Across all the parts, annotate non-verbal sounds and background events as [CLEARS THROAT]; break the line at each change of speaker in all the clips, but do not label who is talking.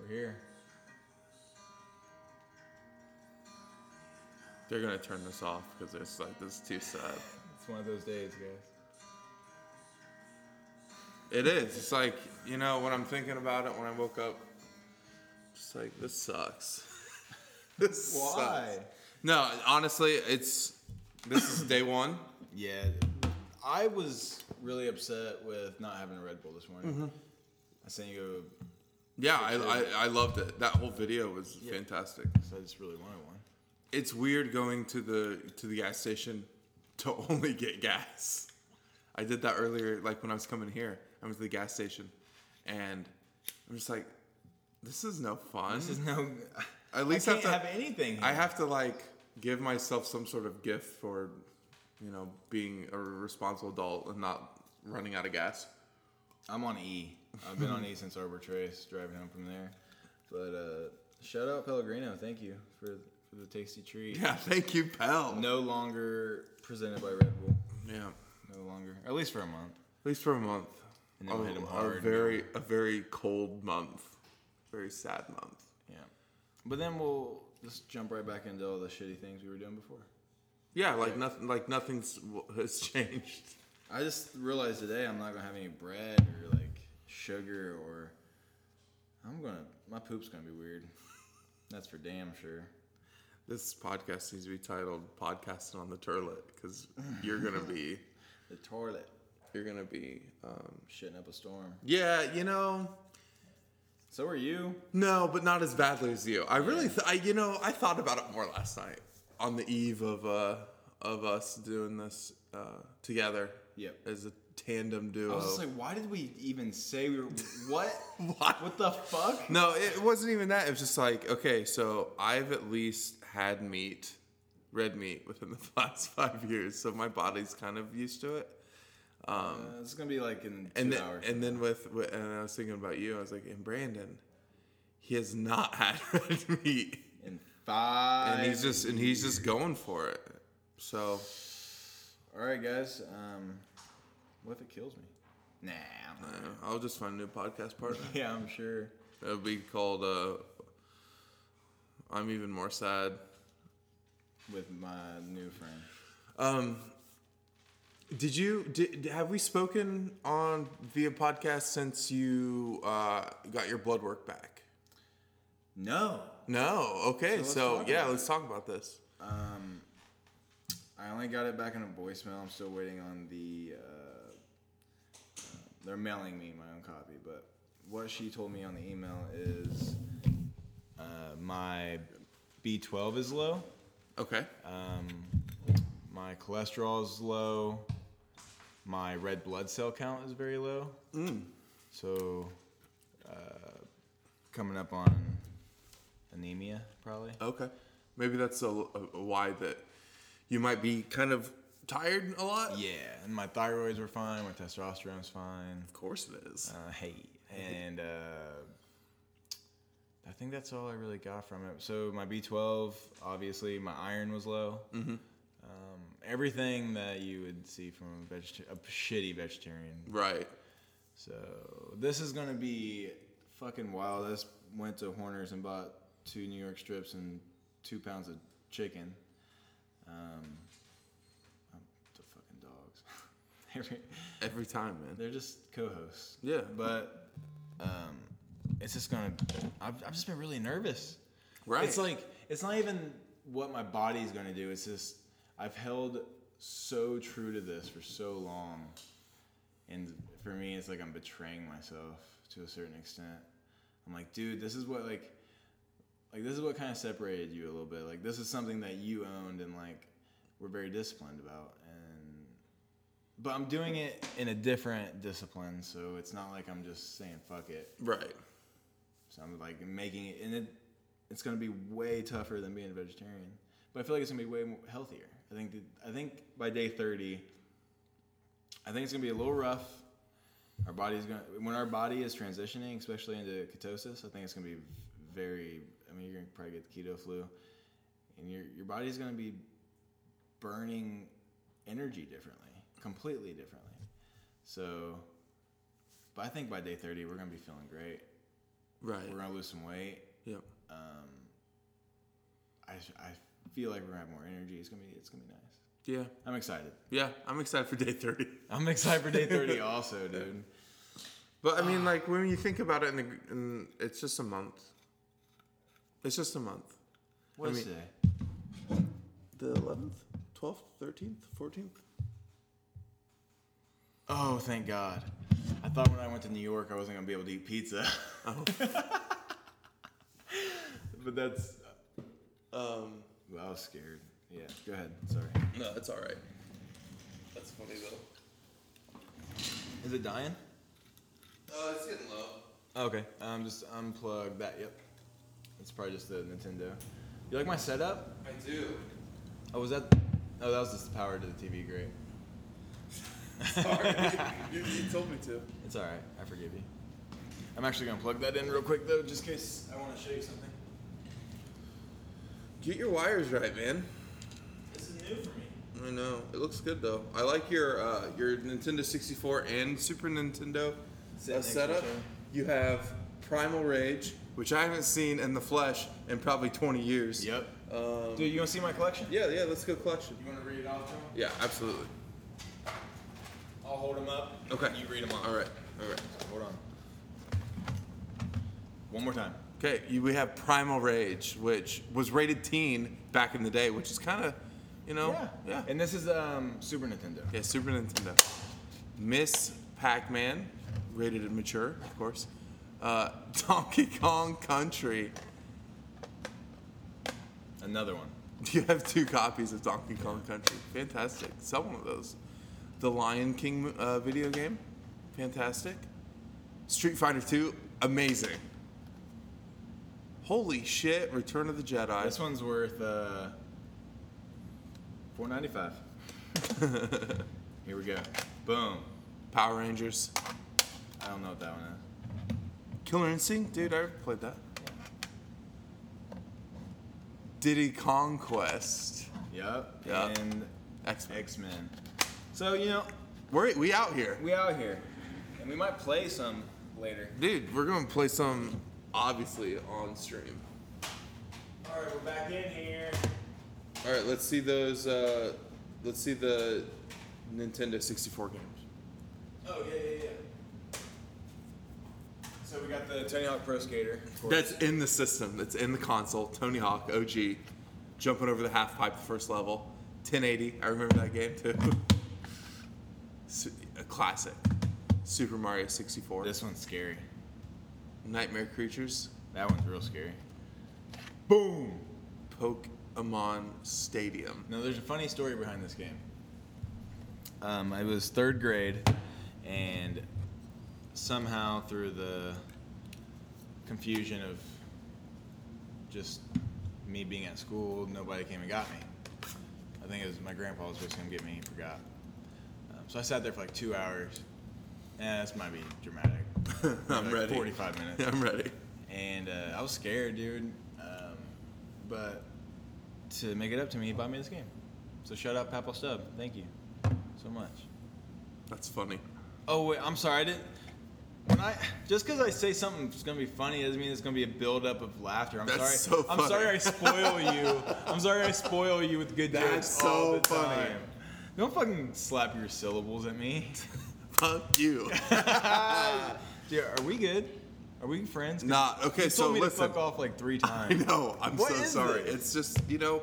We're here.
They're gonna turn this off because it's like this is too sad.
It's one of those days, guys.
It is. It's like you know when I'm thinking about it when I woke up. It's like this sucks. [LAUGHS] this Sucks. No, honestly, it's this is day one.
Yeah, I was really upset with not having a Red Bull this
Mm-hmm.
morning. I sent you,
Yeah, I, I, I loved it. That whole video was fantastic.
a, so I just really wanted one.
It's weird going to the to the gas station [LAUGHS] to only get gas. I did that earlier, like when I was coming here. I went to the gas station, and I'm just like, this is no
[LAUGHS]
fun.
This is no.
At least
I
I
can't
have
have
to.
anything.
I
here.
have to like give myself some sort of gift for, you know, being a responsible adult and not running out of gas. [LAUGHS]
I'm on E. I've been on E since Arbor Trace, driving home from there. But uh, shout out Pellegrino. Thank you for for the tasty treat.
Yeah, thank you, pal.
No longer presented by Red Bull.
Yeah.
No longer, at least for a month.
At least for a month.
And then we
a,
hit 'em
a
hard.
very a very cold month. Very sad month.
Yeah. But then we'll just jump right back into all the shitty things we were doing before.
Yeah, like nothing like nothing's w- [LAUGHS] has changed.
I just realized today I'm not gonna have any bread or like sugar or I'm gonna my poop's gonna be weird. [LAUGHS] That's for damn sure.
This podcast needs to be titled "Podcasting on the Turlet" because you're gonna be
The toilet
you're gonna be um,
shitting up a storm.
yeah you know
So are you?
No, but not as badly as you. I really, th- I you know, I thought about it more last night on the eve of uh of us doing this uh together.
Yep.
As a tandem duo.
I was just like, why did we even say we were what?
[LAUGHS] What?
What the fuck?
no, it wasn't even that. It was just like, okay, so I've at least had meat, red meat, within the [LAUGHS] last five years, so my body's kind of used to it.
Uh, it's gonna be like in two
and then,
hours.
and then with, with and I was thinking about you. I was like, and Brandon, he has not [LAUGHS] had red meat.
in five.
and he's just and he's just going for it. So
all right, guys. Um, what if it kills me? Nah. I'm
uh,
not-
I'll just find a new podcast [LAUGHS] partner.
[LAUGHS] Yeah, I'm sure.
It'll be called uh, "I'm Even More Sad."
With my new friend.
Um, did you did, have we spoken on via podcast since you uh, got your blood work back?
No.
No. Okay.
let's
So,
talk
yeah,
about
let's talk about this.
Um, I only got it back in a voicemail. I'm still waiting on the. Uh, uh, they're mailing me my own copy, but what she told me on the email is uh, my B12 is low,
Okay.
um, my cholesterol is low, my red blood cell count is very low. So, uh, coming up on anemia, probably.
Okay. Maybe that's a, a why that you might be kind of tired a lot.
Yeah, and my thyroids were fine. My testosterone's fine.
Of course it is.
Uh, hey, and uh, I think that's all I really got from it. So my B12, obviously, my iron was low. Mm-hmm. Um, everything that you would see from a, vegeta- a shitty vegetarian.
Right.
So this is gonna be fucking wild. I just went to Horner's and bought two New York strips and two pounds of chicken. Um, um, the fucking dogs. [LAUGHS] Every-
Every time, man.
They're just co-hosts.
Yeah.
But um, it's just gonna. I've, I've just been really nervous.
Right.
It's like it's not even what my body's gonna do. It's just I've held so true to this for so long, and for me, it's like I'm betraying myself to a certain extent. I'm like, dude, this is what like. Like this is what kind of separated you a little bit. Like this is something that you owned and like were very disciplined about, and but I'm doing it in a different discipline, so it's not like I'm just saying fuck it.
Right.
So I'm like making it, and it, it's gonna be way tougher than being a vegetarian. But I feel like it's gonna be way more healthier. I think that, I think by day 30, I think it's gonna be a little rough. Our body's gonna when our body is transitioning, especially into ketosis. I think it's gonna be very. I mean, you're gonna probably get the keto flu, and your your body's gonna be burning energy differently, completely differently. So, but I think by day 30, we're gonna be feeling great
Right.
We're gonna lose some weight.
Yep.
Um, I, sh- I feel like we're gonna have more energy. It's gonna be it's gonna be nice.
Yeah.
I'm excited.
Yeah. I'm excited for day 30.
I'm excited for day [LAUGHS] 30 also, dude.
But I mean, like when you think about it, in the, in, it's just a month. It's just a month.
What's
mean-
today?
The 11th, 12th, 13th, 14th.
Oh, thank God. I thought when I went to New York, I wasn't gonna be able to eat [LAUGHS] pizza. Oh. but that's
Um,
well, I was scared. Yeah, go ahead. Sorry.
no, it's all right. That's funny though.
Is it dying?
Oh, it's getting low.
Okay. Um, just unplug that. Yep. It's probably just the Nintendo. You like my setup?
I do. [LAUGHS]
Oh, was that? Oh, that was just the power to the TV. Great.
[LAUGHS] you, you told me to.
It's all right. I forgive you. I'm actually gonna plug that in real quick though, just in case I want to show you something.
Get your wires right, man.
This is new for me.
I know. It looks good though. I like your uh, your Nintendo 64 and Super Nintendo
Sit
uh,
next to
setup.
each other.
You have Primal Rage, which I haven't seen in the flesh in probably 20 years.
Yep.
Um,
Dude, you wanna see my collection?
yeah, yeah. Let's go collection.
You wanna read it off to him?
Yeah, absolutely.
I'll hold them up.
Okay.
You read them off.
All right. All right.
Hold on. One more time.
Okay, you, we have Primal Rage, which was rated teen back in the day, which is kind of, you know, yeah.
And this is um, Super Nintendo.
Yeah, Super Nintendo. Miss Pac-Man, rated and mature, of course. Uh, [LAUGHS] Donkey Kong Country.
Another one.
[LAUGHS] You have two copies of Donkey Kong Country. Fantastic. Sell one of those. The Lion King uh, video game. Fantastic. Street Fighter 2. Amazing. Holy shit! Return of the Jedi.
This one's worth uh, four ninety
[LAUGHS]
five. Here we go. Boom.
Power Rangers.
I don't know what that one is.
Killer Instinct, dude, I played that. Diddy Conquest.
Yep.
Yep.
And
X Men.
X Men. So you know
We're we out here.
we out here, and we might play some later.
Dude, we're gonna play some obviously on stream.
All right, we're back in here.
Alright, let's see those uh let's see the Nintendo 64 games.
Oh yeah yeah yeah. So we got the Tony Hawk Pro Skater. Of course.
That's in the system, that's in the console. Tony Hawk, OG, jumping over the half pipe the first level. 1080, I remember that game too. [LAUGHS] Su- A classic. Super Mario 64.
This one's scary.
Nightmare Creatures,
That one's real scary. Boom.
Pokemon Stadium. [LAUGHS]
No, there's a funny story behind this game. Um, I was third grade, and somehow through the confusion of just me being at school, nobody came and got me. I think it was my grandpa was supposed to come get me. He forgot. Um, so I sat there for like two hours. And this might be [LAUGHS] dramatic.
I'm
Like
ready.
45 minutes
I'm ready.
and uh, I was scared, dude. Um, but to make it up to me, he bought me this game. So shut up, Papal Stub. Thank you so much.
That's funny.
Oh wait, I'm sorry. I didn't. When I just because I say something's gonna be funny doesn't mean it's gonna be a buildup of laughter. I'm
That's
sorry.
so
I'm sorry I
funny.
spoil
[LAUGHS]
you. I'm sorry I spoil you with good
That's
jokes
so
all the
funny.
time. Don't fucking slap your syllables at
[LAUGHS]
me.
Fuck
[LAUGHS]
you.
Dude, are we good? Are we friends? 'Cause
Nah, okay,
you
so
told me
listen.
to fuck off like three
[LAUGHS] I
times.
know. I'm
What
so
is
sorry.
this?
It's just you know,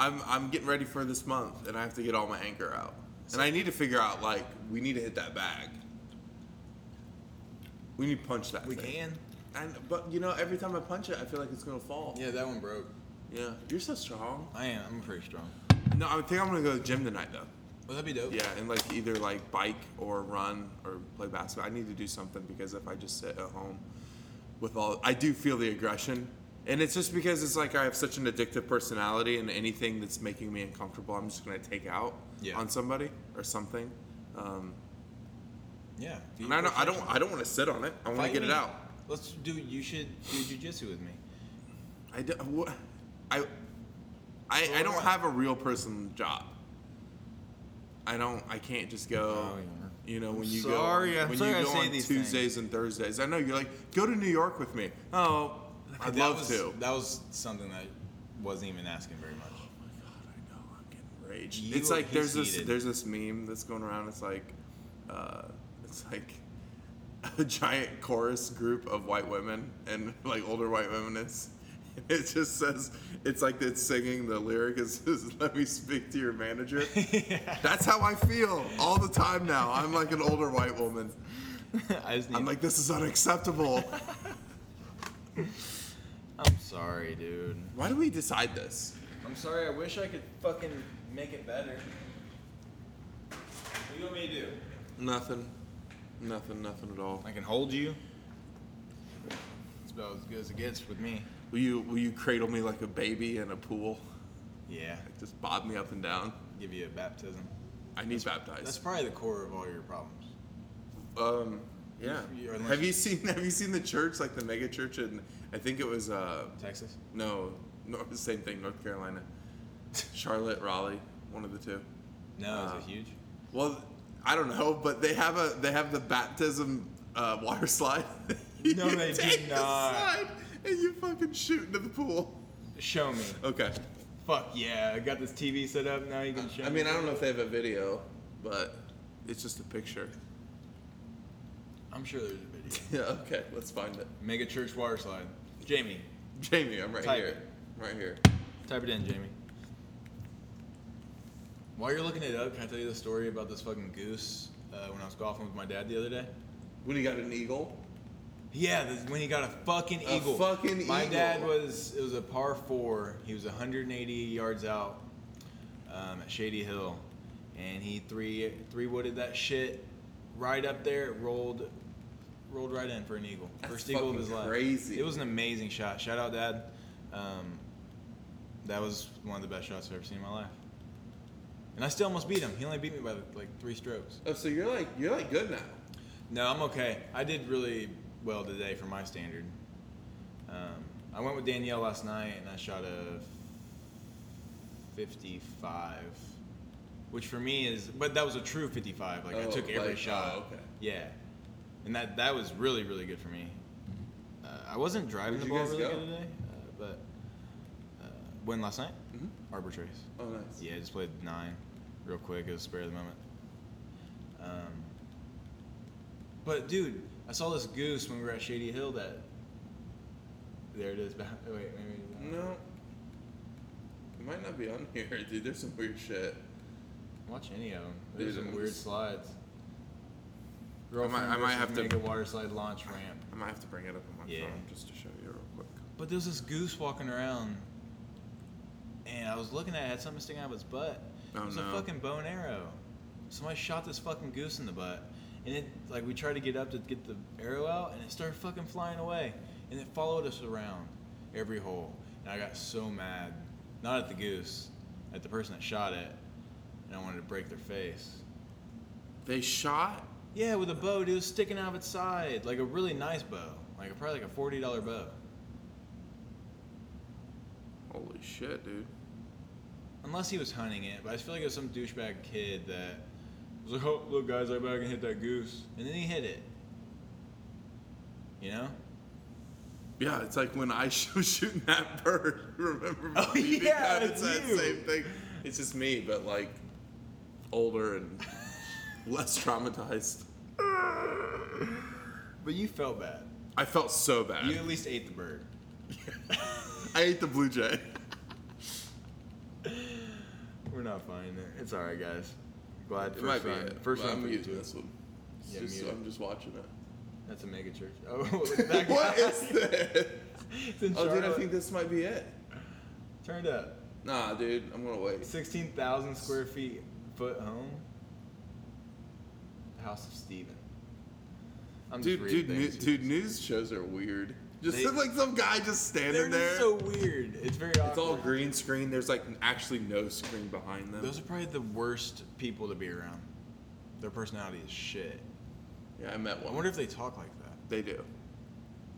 I'm I'm getting ready for this month, and I have to get all my anger out, and I need to figure out like we need to hit that bag. We need to punch that.
We
thing.
can.
And but you know, every time I punch it, I feel like it's gonna fall.
Yeah, that one broke.
Yeah. You're so strong.
I am. I'm pretty strong.
No, I think I'm gonna go to the gym tonight though.
Well, that'd be dope.
Yeah, and like either like bike or run or play basketball. I need to do something because if I just sit at home with all, I do feel the aggression, and it's just because it's like I have such an addictive personality, and anything that's making me uncomfortable, I'm just gonna take out
Yeah.
on somebody or something. Um,
Yeah.
and I don't, I don't, I don't want to sit on it. I want to
Fight
get it
me.
out.
Let's do. You should do jujitsu with me.
I do, wha- I, I, I don't have a real person job. I don't. I can't just go.
Oh, yeah.
You know, when you
sorry,
go
I'm
when
sorry I
you go
say
on
these
Tuesdays and Thursdays. I know you're like, go to New York with me. Oh, I'd
that
love
was,
to.
That was something that wasn't even asking very much.
[LAUGHS] I know I'm getting rage.
You
it's
are-
like there's
he's
this
heated.
there's this meme that's going around. It's like, uh, it's like a giant chorus group of white women and like older white women. It's it just says it's like it's singing the lyric is, is "Let me speak to your [LAUGHS] manager." That's how I feel all the time now. I'm like an older white woman.
I just need,
I'm
I'm,
like this is unacceptable.
sorry, dude.
Why do we decide this?
I'm sorry. I wish I could fucking make it better. What do you want me to do?
Nothing. Nothing. Nothing at all.
I can hold you. It's about as good as it gets with me.
Will you will you cradle me like a baby in a pool?
Yeah,
Like just bob me up and down.
give you a baptism.
I need
That's
baptized.
probably the core of all your problems.
Um, yeah.
You- unless-
Have you seen [LAUGHS] Have you seen the church like the mega church in I think it was uh
Texas?
no no [LAUGHS] same thing North Carolina, Charlotte Raleigh one of the two.
No,
Uh,
is it huge?
Well, I don't know, but they have a they have the baptism uh, water slide. [LAUGHS]
No,
You
they do
take the
not.
slide and you fucking shoot into the pool.
Show me.
Okay.
Fuck yeah! I got this TV set up. Now you can show.
I mean, I don't know if they have a video, but it's just a picture. [LAUGHS]
I'm sure there's a video.
Yeah. Okay. Let's find it.
Mega church water slide. Jamie,
Jamie, I'm right
Type
here.
it.
Right here.
type it in, Jamie. While you're looking it up, can I tell you the story about this fucking goose uh, when I was golfing with my dad the other day?
When you got an eagle,
Yeah, this, when he got a fucking
A
eagle.
fucking
My
eagle.
dad was it was a par four. He was 180 yards out um, at Shady Hill, and he three three wooded that shit right up there. Rolled rolled right in for an eagle.
That's
First eagle of
fucking
his life.
crazy.
It was an amazing shot. Shout out, Dad. Um, that was one of the best shots I've ever seen in my life. And I still almost beat him. He only beat me by like three strokes.
oh, so you're like you're like good now.
No, I'm okay. I did really well today for my standard. Um, I went with Danielle last night and I shot a 55, which for me is, but that was a true 55. Like I
Oh,
took every
like-
shot.
oh, okay.
Yeah, and that that was really really good for me. Uh, I wasn't driving
Where'd
the
you
ball
guys
really
go?
good today, uh, but uh, when last night?
Mhm.
Arbor Trace.
Oh, nice.
Yeah, I just played nine, real quick. It was spare of the moment. Um, but dude, I saw this goose when we were at Shady Hill. That there it is. [LAUGHS] Wait, wait, maybe
No, it might not be on here, [LAUGHS] dude. There's some weird shit.
Watch any of them. There's
Dude,
some
I'm
weird
just-
slides.
I might- I might
versus
have to-
mega water slide launch ramp.
I might have to bring it up on my
Yeah.
phone just to show you real quick.
But there's this goose walking around, and I was looking at it, it had something sticking out of its butt.
Oh,
it was
no.
a fucking bow and arrow. Somebody shot this fucking goose in the butt, and it like we tried to get up to get the arrow out, and it started fucking flying away, and it followed us around every hole. And I got so mad, not at the goose, at the person that shot it, and I wanted to break their face.
They shot.
Yeah, with a bow, dude, sticking out of its side, like a really nice bow, like a, probably like a forty dollar bow.
Holy shit, dude.
Unless he was hunting it, but I just feel like it was some douchebag kid that was like, oh, look, guys, I bet I can hit that goose. And then he hit it. You know?
Yeah, it's like when I [LAUGHS] sh- was shooting that bird. [LAUGHS] Remember?
Oh,
beating
yeah,
that? it's
it's
that
you.
same thing. It's just me, but like older [LAUGHS] and less traumatized.
But you felt bad.
I felt so bad.
You at least ate the bird.
I ate the blue jay. [LAUGHS]
We're not finding it. It's all right, guys. Glad
It
first
might be
run.
it.
First
Well,
run
I'm
for you
muting
two.
this one. It's
Yeah,
just-
mute it.
I'm just watching [LAUGHS] it.
That's a mega church. Oh, [LAUGHS] that
what
guy.
is this?
It's in
[LAUGHS] Oh, dude, I
Charlotte.
think this might be it.
Turned up.
Nah, dude, I'm gonna wait.
16,000 square feet foot home. House of Stephen. I'm
Dude,
reading
dude, new,
things.
dude, news shows are weird. Just
They-
like some guy just
They're
standing
just
there.
so weird. It's very awkward.
it's all green screen. There's like actually no screen behind them.
Those are probably the worst people to be around. Their personality is shit.
yeah, I met
I
one.
wonder if they talk like that.
they do.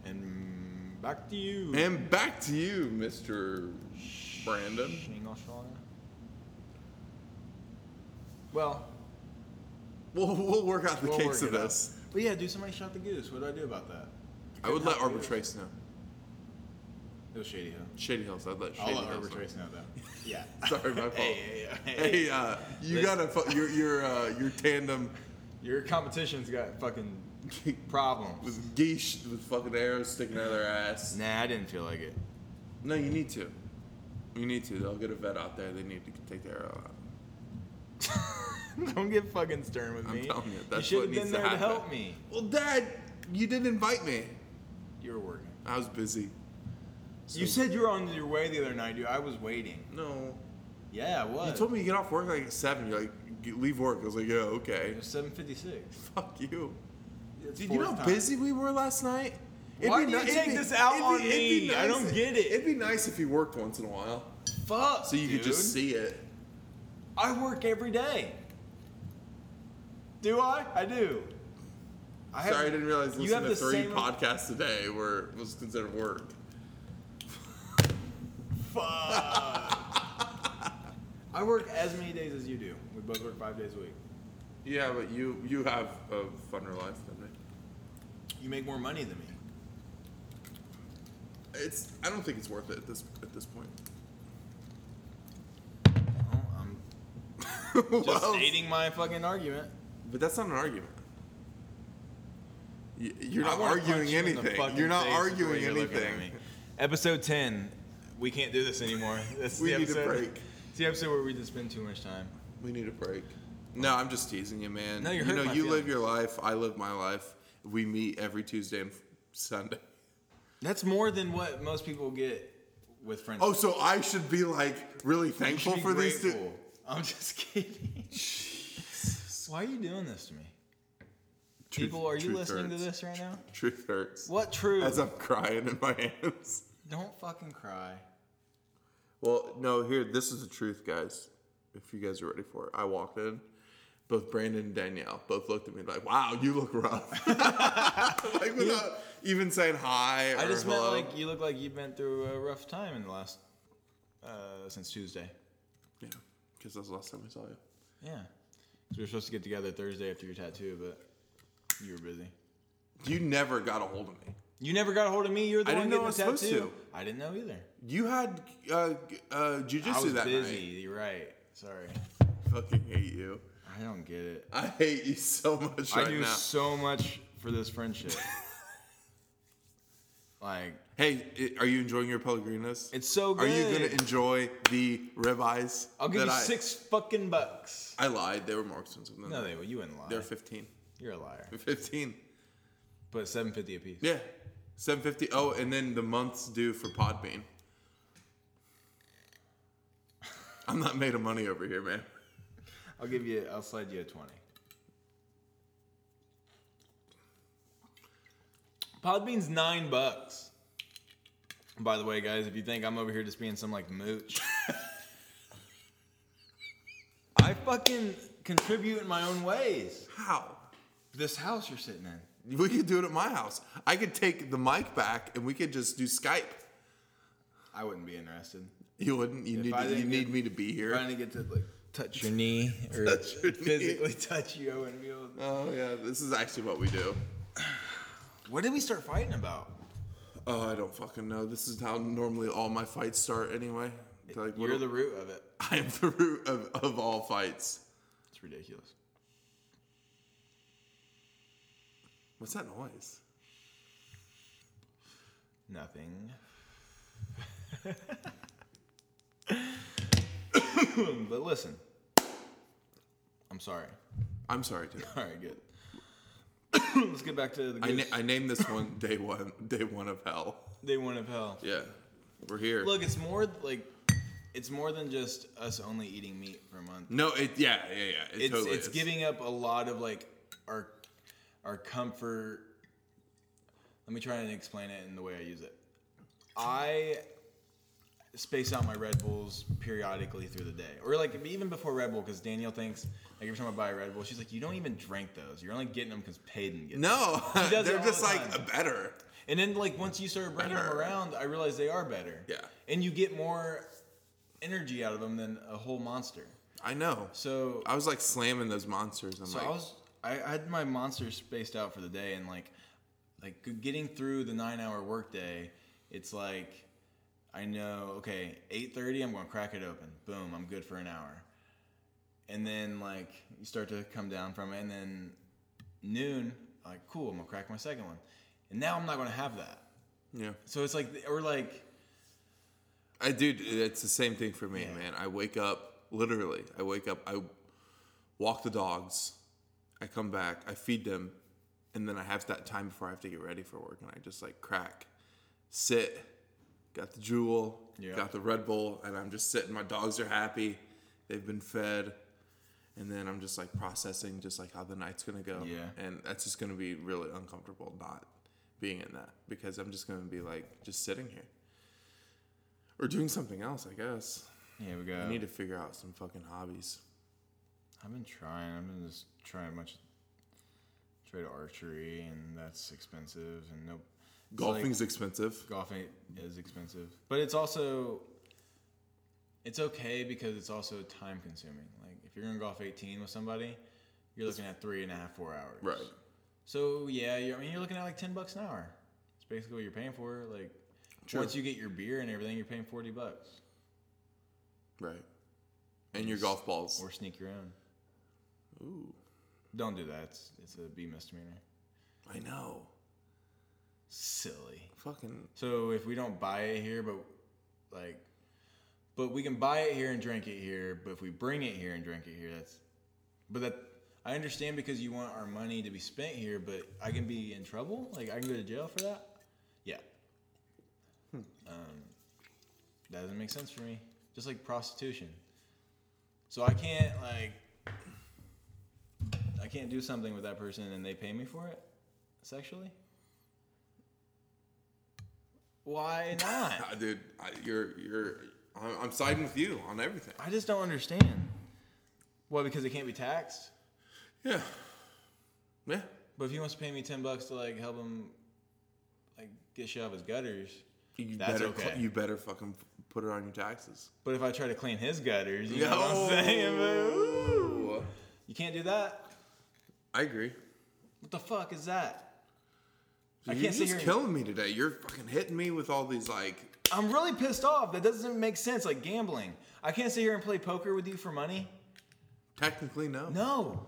And back to you.
And back to you, Mr. Brandon.
Shingle Shauna. Well,
We'll, we'll work out the
We'll
kinks
work
of
it out.
this.
But yeah, dude, somebody shot the goose. What do I do about that?
I would let
Couldn't
Arbor
help
Trace know.
It was Shady Hill.
Shady Hills. I'd let Shady
I'll let
Hills
Arbor
know.
Trace know
[LAUGHS]
though. Yeah.
Sorry, my fault.
[LAUGHS] Hey, hey, hey.
Hey, uh, you
Listen.
gotta fu- your your uh, your tandem [LAUGHS]
Your competition's got fucking problems.
with geesh with fucking arrows sticking out of their ass.
Nah, I didn't feel like it.
No, you need to. You need to. They'll get a vet out there. They need to take the arrow
[LAUGHS]
out.
Don't get fucking stern with
I'm
me.
telling you, that's
should
what
have
needs
been
to
there to
happen.
help me.
Well, Dad, you didn't invite me.
You were working.
I was busy.
you
So-
said you were on your way the other night, dude. I was waiting.
no.
Yeah, I was.
You told me you get off work like at seven. You're like, "You leave work. I was like, yeah, okay. [LAUGHS]
it was 7:56.
Fuck you.
It's
Dude, you know
fourth
how
time.
busy we were last night.
Why do
ni-
you
it'd
take this out
it'd
on
it'd
me? I don't get it.
It'd be nice if you worked once in a while,
Fuck.
so you
dude.
could just see it.
I work every day. Do I? I do. I
Sorry,
have-
I didn't realize
you have
listening to
the
three
same-
podcasts a day were was considered work.
Fuck. [LAUGHS] I work as many days as you do. We both work five days a week.
Yeah, but you you have a funner life than me.
You make more money than me.
It's I don't think it's worth it at this at this [LAUGHS] point.
Well, I'm just
[LAUGHS] Well,
stating my fucking argument.
But that's not an argument. Y- You're
I
not
wanna punch
arguing
you in the
anything.
fucking
You're not
face with the way
arguing
you're looking at
anything.
me. Episode 10. We can't do this anymore.
[LAUGHS]
This is
We
the
need a
episode-
break.
It's the episode where we just spend too much time.
We need a break. No, I'm just teasing you, man.
No, you're
you know,
hurting my
you live
feelings.
your life. I live my life. We meet every Tuesday and Sunday.
That's more than what most people get with friends.
Oh, so I should be like really
You should
thankful
be
for these. Two-
grateful. I'm just [LAUGHS] kidding. Why are you doing this to me?
Truth-
People, are you
truth
listening to
hurts.
this right now?
Truth hurts.
What truth?
As I'm crying in my hands.
Don't fucking cry.
Well, no, here, this is the truth, guys. If you guys are ready for it, I walked in. Both Brandon and Danielle both looked at me like, wow, you look rough. [LAUGHS] like, without even saying hi or
I just meant
hello.
like you look like you've been through a rough time in the last uh, since Tuesday.
yeah, because that's the last time I saw you.
Yeah, 'Cause we were supposed to get together Thursday after your tattoo, but you were busy.
You never got a hold of me.
You never got a hold of me. You're the
I
one
didn't know
getting
I
the
was supposed
tattoo.
to.
I didn't know either.
You had uh, uh,
I was
jujitsu that
busy.
night.
You're right. Sorry.
Fucking hate you.
I don't get it.
I hate you so much
I
right
do
now.
so much for this
[LAUGHS]
friendship. like
Hey, i- are you enjoying your Pellegrinos?
it's so
Are
good.
you gonna enjoy the ribeyes?
I'll give
that
you
I-
six fucking bucks.
I lied. They were more expensive than
No,
that.
they will. You wouldn't lie.
They're fifteen.
You're a liar.
Fifteen.
But seven fifty a piece.
Yeah, seven fifty. Oh, and then the months due for Podbean. I'm not made of money over here, man.
I'll give you. I'll slide you a twenty. Podbean's nine bucks. By the way, guys, if you think I'm over here just being some like mooch, I fucking contribute in my own ways.
How?
This house you're sitting in.
We could do it at my house. I could take the mic back and we could just do Skype.
I wouldn't be interested.
You wouldn't. You
If
need.
I
To, you
didn't
need
get-
me to be here.
Trying to get to like touch your knee or
Touch your knee.
physically [LAUGHS] touch you. I wouldn't be able. To.
Oh yeah, this is actually what we do.
What did we start fighting about?
Oh, I don't fucking know. This is how normally all my fights start anyway. It's Like, what
You're
do-
the root of it.
[LAUGHS] I am the root of, of all fights.
It's ridiculous.
What's that noise?
Nothing. but listen, I'm sorry. [LAUGHS]
I'm sorry, dude.
All right, good. [COUGHS] Let's get back to the
I,
goose.
na- I named this
[LAUGHS]
one day one, day one of hell.
day one of hell.
Yeah, we're here.
Look, it's more like it's more than just us only eating meat for a month.
No, it. Yeah, yeah, yeah. It
It's
totally
it's
is.
giving up a lot of like our our comfort. Let me try and explain it in the way I use it. I space out my Red Bulls periodically through the day, or like even before Red Bull, because Danielle thinks like every time I buy a Red Bull, she's like, "You don't even drink those. You're only getting them because Payton gets." them."
No,
does it
[LAUGHS] they're
all
just
the
like
time.
better.
And then like once you start bringing them
Better.
around, I realize they are better.
Yeah.
And you get more energy out of them than a whole monster.
I know.
So
I was like slamming those monsters. I'm
So
like,
I was I I had my monster spaced out for the day, and like, like g- getting through the nine-hour workday, it's like, I know, okay, eight thirty, I'm gonna crack it open. Boom, I'm good for an hour, and then like you start to come down from it, and then noon, like, cool, I'm gonna crack my second one, and now I'm not gonna have that.
Yeah.
So it's like, or like,
I do. It's the same thing for me,
Yeah.
man. I wake up literally. I wake up. I walk the dogs. I come back. I feed them, and then I have that time before I have to get ready for work, and I just like crack, sit, got the jewel,
Yeah.
got the Red Bull, and I'm just sitting. My dogs are happy. They've been fed. And then I'm just like processing, just like how the night's gonna go.
Yeah.
And that's just gonna be really uncomfortable not being in that because I'm just gonna be like just sitting here or doing something else, I guess.
here we go.
I need to figure out some fucking hobbies.
I've been trying. I've been just trying a bunch. Tried archery, and that's expensive, and nope. It's
Golfing's expensive.
like, golfing is expensive, but it's also it's okay because it's also time consuming. Like if you're gonna golf 18 with somebody, you're looking at three and a half, four hours.
Right.
So yeah, you're, I mean you're looking at like 10 bucks an hour. It's basically what you're paying for. Like
Sure.
once you get your beer and everything, you're paying 40 bucks
Right. And your golf balls.
or sneak your own.
Ooh.
Don't do that. It's, it's a B misdemeanor.
I know.
Silly.
Fucking
So if we don't buy it here, but like, but we can buy it here and drink it here. But if we bring it here and drink it here, that's. But that I understand because you want our money to be spent here, but I can be in trouble. Like I can go to jail for that. Yeah. Um, that doesn't make sense for me. Just like prostitution. So I can't like. I can't do something with that person and they pay me for it sexually. Why not?
Ah, dude, I, you're you're I'm, I'm siding with you on everything.
I just don't understand. Well, because it can't be taxed.
Yeah. Yeah.
But if he wants to pay me ten bucks to like help him, like get shit out of his gutters.
You
That's
better
okay.
you better fucking put it on your taxes.
But if I try to clean his gutters, you know what I'm saying? man?
Ooh.
You can't do that.
I agree.
What the fuck is that? I can't
Dude, you're
sit
just
here.
killing me today. You're fucking hitting me with all these like
I'm really pissed off. That doesn't make sense. Like gambling. I can't sit here and play poker with you for money.
technically no.
No.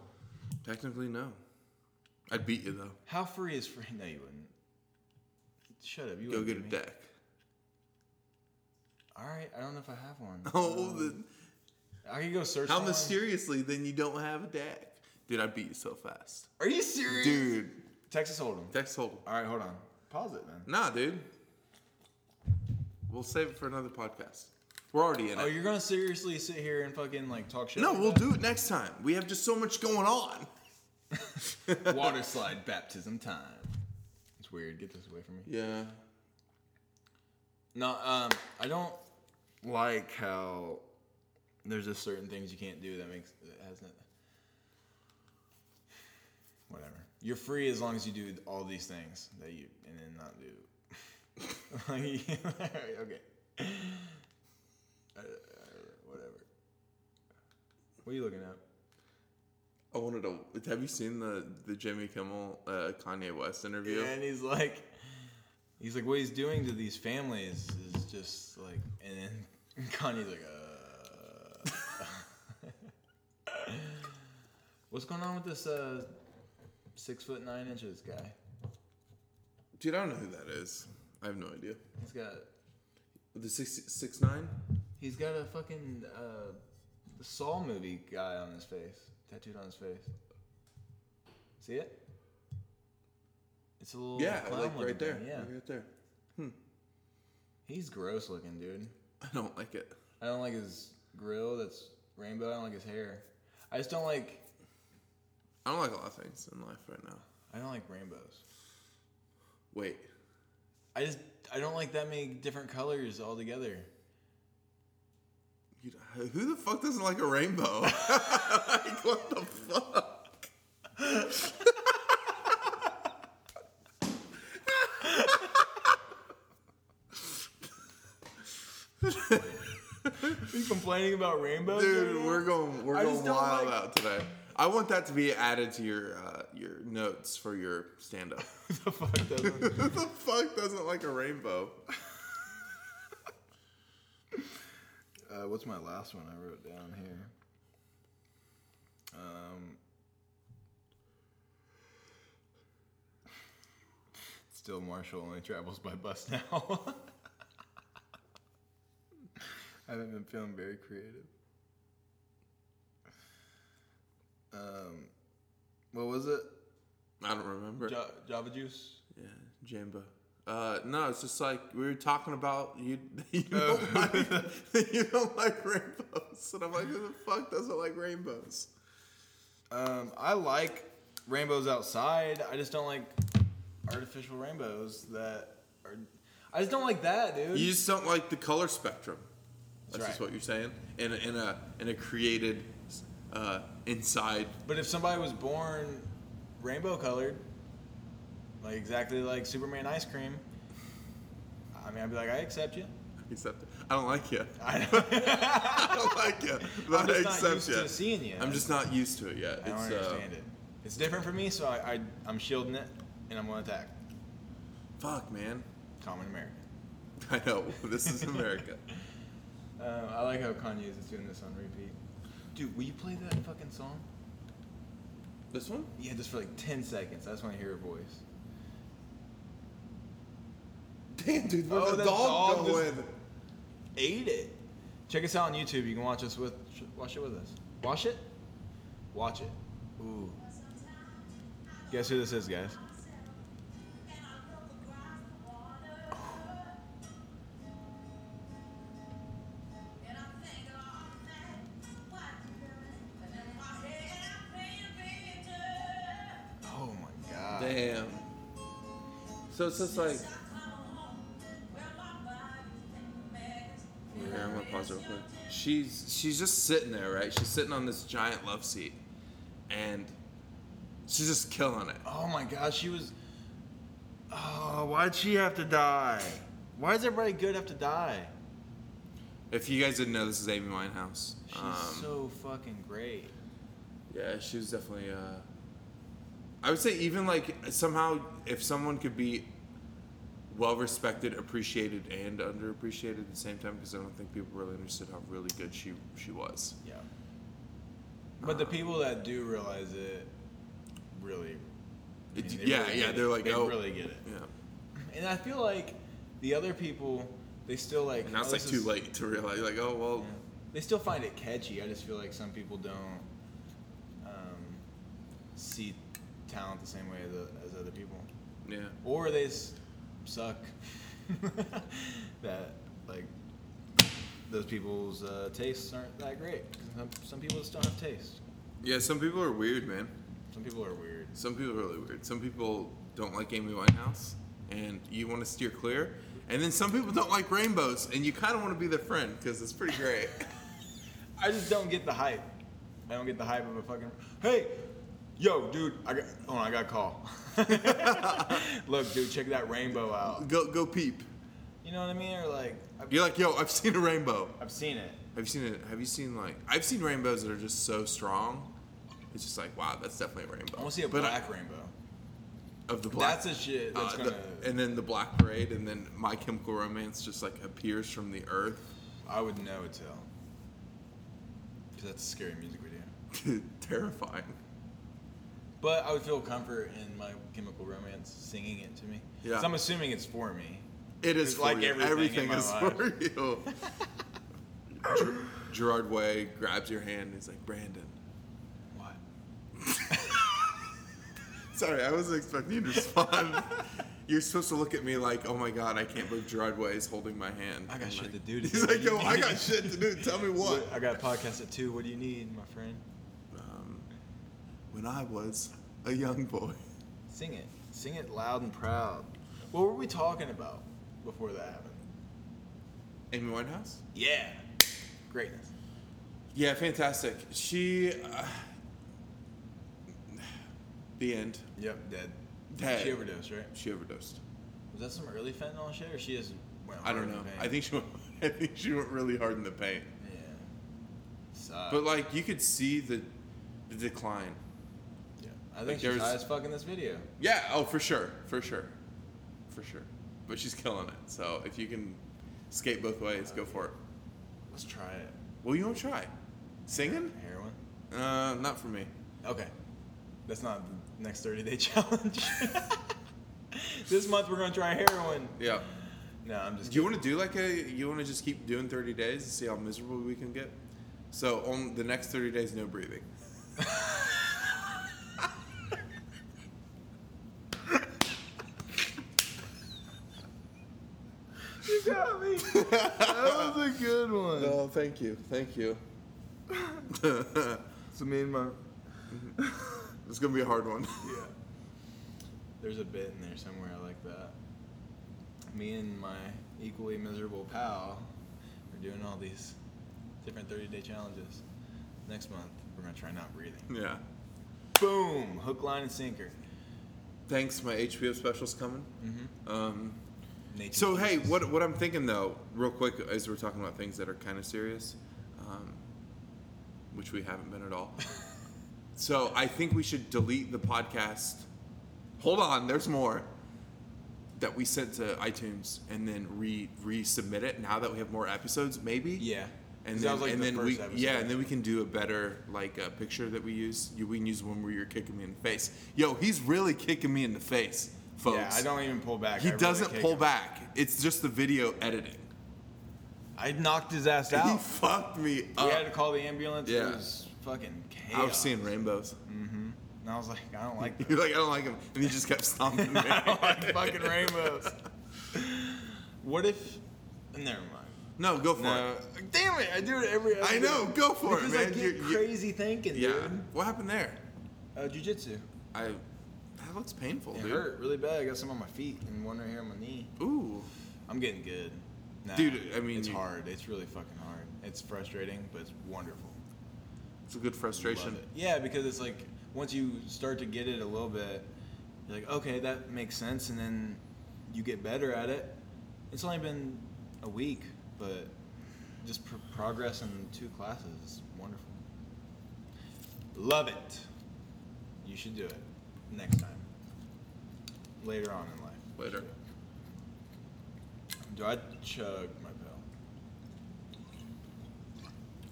Technically no. I'd beat you though.
How free is free? No, you wouldn't. Shut up. You
Go
wouldn't
get a
beat me.
[LAUGHS] deck.
All right. I don't know if I have
[LAUGHS]
one.
Oh, the,
I could go search.
how
for one.
mysteriously then you don't have a deck. Dude, I beat you so fast.
Are you serious?
Dude,
Texas Hold'em.
Dex Hold'em.
All right, hold on. Pause it then.
Nah, dude. We'll save it for another podcast. We're already in
Oh,
it.
you're gonna seriously sit here and fucking like talk shit?
No,
like
we'll
that?
do it next time. We have just so much going on.
water slide baptism time. It's weird. Get this away from me.
Yeah.
No, um, I don't like how there's just certain things you can't do that makes that has not whatever. You're free as long as you do all these things that you and then not do. [LAUGHS] Like, [LAUGHS] okay. Uh, whatever. What are you looking at?
I wanted to. Have you seen the the Jimmy Kimmel uh, Kanye West interview?
And he's like, he's like, what he's doing to these families is just like, and then [LAUGHS] Kanye's like, uh, [LAUGHS] what's going on with this uh, six foot nine inches guy?
Dude, I don't know who that is. I have no idea.
He's got,
The six six nine.
he's got a fucking uh, the Saw movie guy on his face, tattooed on his face. See it? It's a little
Yeah,
clown
like
looking
right there. Mm-hmm.
thing, Yeah,
like right there.
he's gross looking, dude.
I don't like it.
I don't like his grill that's rainbow. I don't like his hair. I just don't like.
I don't like a lot of things in life right now.
I don't like rainbows.
Wait.
I just I don't like that many different colors all together.
You, who the fuck doesn't like a
[LAUGHS]
rainbow? [LAUGHS] like, what the fuck?
Are you complaining about rainbows?
Dude, we're going we're
I
going
just don't [LAUGHS]
wild
like-
out today. I want that to be added to your uh, your notes for your stand up.
the fuck doesn't?
[LAUGHS] Who the fuck doesn't like a rainbow?
Uh, what's my last one I wrote down here? Um, still Marshall only travels by bus now. [LAUGHS] I haven't been feeling very creative. Um, what was it?
I don't remember.
Ja- Java juice.
Yeah, Jamba. Uh, no, it's just like we were talking about [LAUGHS] you. You
Oh.
don't, like, [LAUGHS] you don't like rainbows, and I'm like, who the fuck doesn't like rainbows?
Um, I like rainbows outside. I just don't like artificial rainbows that are. I just don't like that, dude.
You just don't like the color spectrum. That's
That's
just
right.
what you're saying. In a, in a in a created uh, inside.
but if somebody was born rainbow colored, like exactly like Superman ice cream, I mean, I'd be like, I accept you. [LAUGHS]
Except I don't like you.
I know.
[LAUGHS] I don't like you. But
I'm
I
just
accept
not used
you.
to seeing you.
I'm just not used to it yet.
I don't
it's,
understand
uh,
it. It's different for me, so I, I I'm shielding it and I'm gonna attack.
Fuck, man. [LAUGHS]
Common American.
I know this
[LAUGHS]
is America.
Um, I like how Kanye is doing this on repeat. Dude, will you play that fucking song?
this one?
Yeah, just for like 10 seconds. I just want to hear her voice.
Damn, dude, where's
Oh,
the
that
dog,
dog
going?
just- Ate it. Check us out on YouTube. You can watch us with watch it with us. Watch it? Watch it. Ooh. Guess who this is, guys? Oh my god.
Damn. So it's just like. Here, I'm gonna pause real quick. She's she's just sitting there, right? She's sitting on this giant love seat, and she's just killing it.
Oh my god, she was Oh, why'd she have to die? Why does everybody good have to die?
If you guys didn't know, this is Amy Winehouse.
She's
Um,
so fucking great.
yeah, she was definitely. Uh, I would say even like somehow if someone could be well respected, appreciated, and underappreciated at the same time, because I don't think people really understood how really good she she was.
Yeah. But
Um.
the people that do realize it really I mean,
It-
they
yeah,
really
yeah,
get it.
they're like,
they
oh,
really get it.
yeah.
And I feel like the other people, they still like.
And now it's
oh,
like
this
too
is-
late to realize, like, oh well,
yeah. They still find it catchy. I just feel like some people don't um, see talent the same way as, as other people,
yeah.
or they s- suck. [LAUGHS] that like those people's uh, tastes aren't that great. Some, some people just don't have taste.
Yeah, some people are weird, man.
Some people are weird.
Some people are really weird. Some people don't like Amy Winehouse, and you want to steer clear. And then some people don't like rainbows, and you kind of want to be their friend because it's
[LAUGHS]
pretty great.
I just don't get the hype. I don't get the hype of a fucking. Hey, yo, dude, I got. Oh, I got a call. [LAUGHS] Look, dude, check that rainbow out.
go, go peep.
You know what I mean? Or like, I've,
You're like, yo, I've seen a rainbow.
I've seen it.
Have you seen it? Have you seen like? I've seen rainbows that are just so strong. It's just like, wow, that's definitely a rainbow.
I want to see a
But I-
black rainbow.
of the black.
That's a shit that's
uh,
gonna.
the- and then the black parade, and then My Chemical Romance just like appears from the earth. [LAUGHS]
I would know it's hell. Cause that's scary music video.
Terrifying.
But I would feel comfort in my Chemical Romance singing it to me.
Yeah.
So I'm assuming it's for me.
It is
It's
for
like
you.
everything in my
is
life.
for you. Ger- Gerard Way grabs your hand and he's like, Brandon.
What?
Sorry, I wasn't expecting you to respond. [LAUGHS] You're supposed to look at me like, oh my god, I can't believe Gerard Way is holding my hand.
I got
I'm
shit
like-
to do today.
He's like,
What do
yo,
you
I got
need?"
shit to do. Tell me what.
I got a podcast at two. What do you need, my friend?
Um, when I was a young boy.
Sing it. Sing it loud and proud. What were we talking about before that happened?
Amy Winehouse?
Yeah. Greatness.
Yeah, fantastic. She. Uh, [SIGHS] the end.
Yep, dead.
Dead.
She overdosed, right?
She overdosed.
Was that some early fentanyl shit, or she just went?
I don't
hard in
know.
the paint?
I think she went, [LAUGHS] I think she went really hard in the paint.
Yeah. Sucks.
But like you could see the the decline.
Yeah. I think she's
there's-
high as fuck in this video.
Yeah, oh for sure, for sure, for sure. But she's killing it. So if you can skate both ways, go for it.
Let's try it.
Well, you want to try singing?
Heroin?
Uh, not for me.
Okay. That's not the next 30 day [LAUGHS] challenge. this month we're going to try heroin.
Yeah.
No, I'm just
Do you
kidding.
want to do like a? You want to just keep doing 30 days and see how miserable we can get? So on the next 30 days, no breathing.
You got me. That was a good one.
thank you, thank you. [LAUGHS] it's
So me and my.
gonna be a hard one.
Yeah. There's a bit in there somewhere like that. Me and my equally miserable pal are doing all these different 30 day challenges. Next month, we're going to try not breathing.
[LAUGHS] Yeah.
Boom! Hook, line, and sinker.
Thanks, my HBO special's coming.
Mm-hmm.
Um,
Nature
So hey,
versus-
what what I'm thinking though, real quick, as we're talking about things that are kind of serious, um, which we haven't been
[LAUGHS]
at all. so I think we should delete the podcast. Hold on, there's more that we sent to iTunes and then re resubmit it. Now that we have more episodes, maybe.
Yeah.
And
'Cause that
then,
was, like,
and
the
then
first
we
episode.
yeah, and then we can do a better like uh, picture that we use. You- We can use one where you're kicking me in the face. Yo, he's really kicking me in the face, folks.
Yeah, I don't even pull back.
He
I really
doesn't
kick
pull
him.
back. It's just the video editing.
I knocked his ass
He
out.
fucked me
we had to
up.
call the ambulance.
Yeah.
It was fucking chaos.
I was seeing rainbows.
Mm-hmm. And I was like, I don't
[LAUGHS]
like
You're like, I don't like him, and he just
[LAUGHS]
kept stomping me.
I don't like fucking
[LAUGHS]
rainbows. What if? Never mind.
No, go for
No.
it.
Damn it! I do it every.
I
episode.
know, go for
because
it, man.
I get
You're- you-
crazy thinking,
yeah.
dude.
What happened there?
Uh, jujitsu.
I. That looks painful,
It
dude.
hurt really bad. I got some on my feet and one right here on my knee.
Ooh.
I'm getting good. Nah,
Dude, I mean,
it's
you-
hard. It's really fucking hard. It's frustrating, but it's wonderful.
It's a good frustration.
Love it. Yeah, because it's like once you start to get it a little bit, you're like, okay, that makes sense, and then you get better at it. It's only been a week, but just pr- progress in two classes is wonderful. Love it. You should do it next time. Later on in life.
Later.
Do I chug my pill?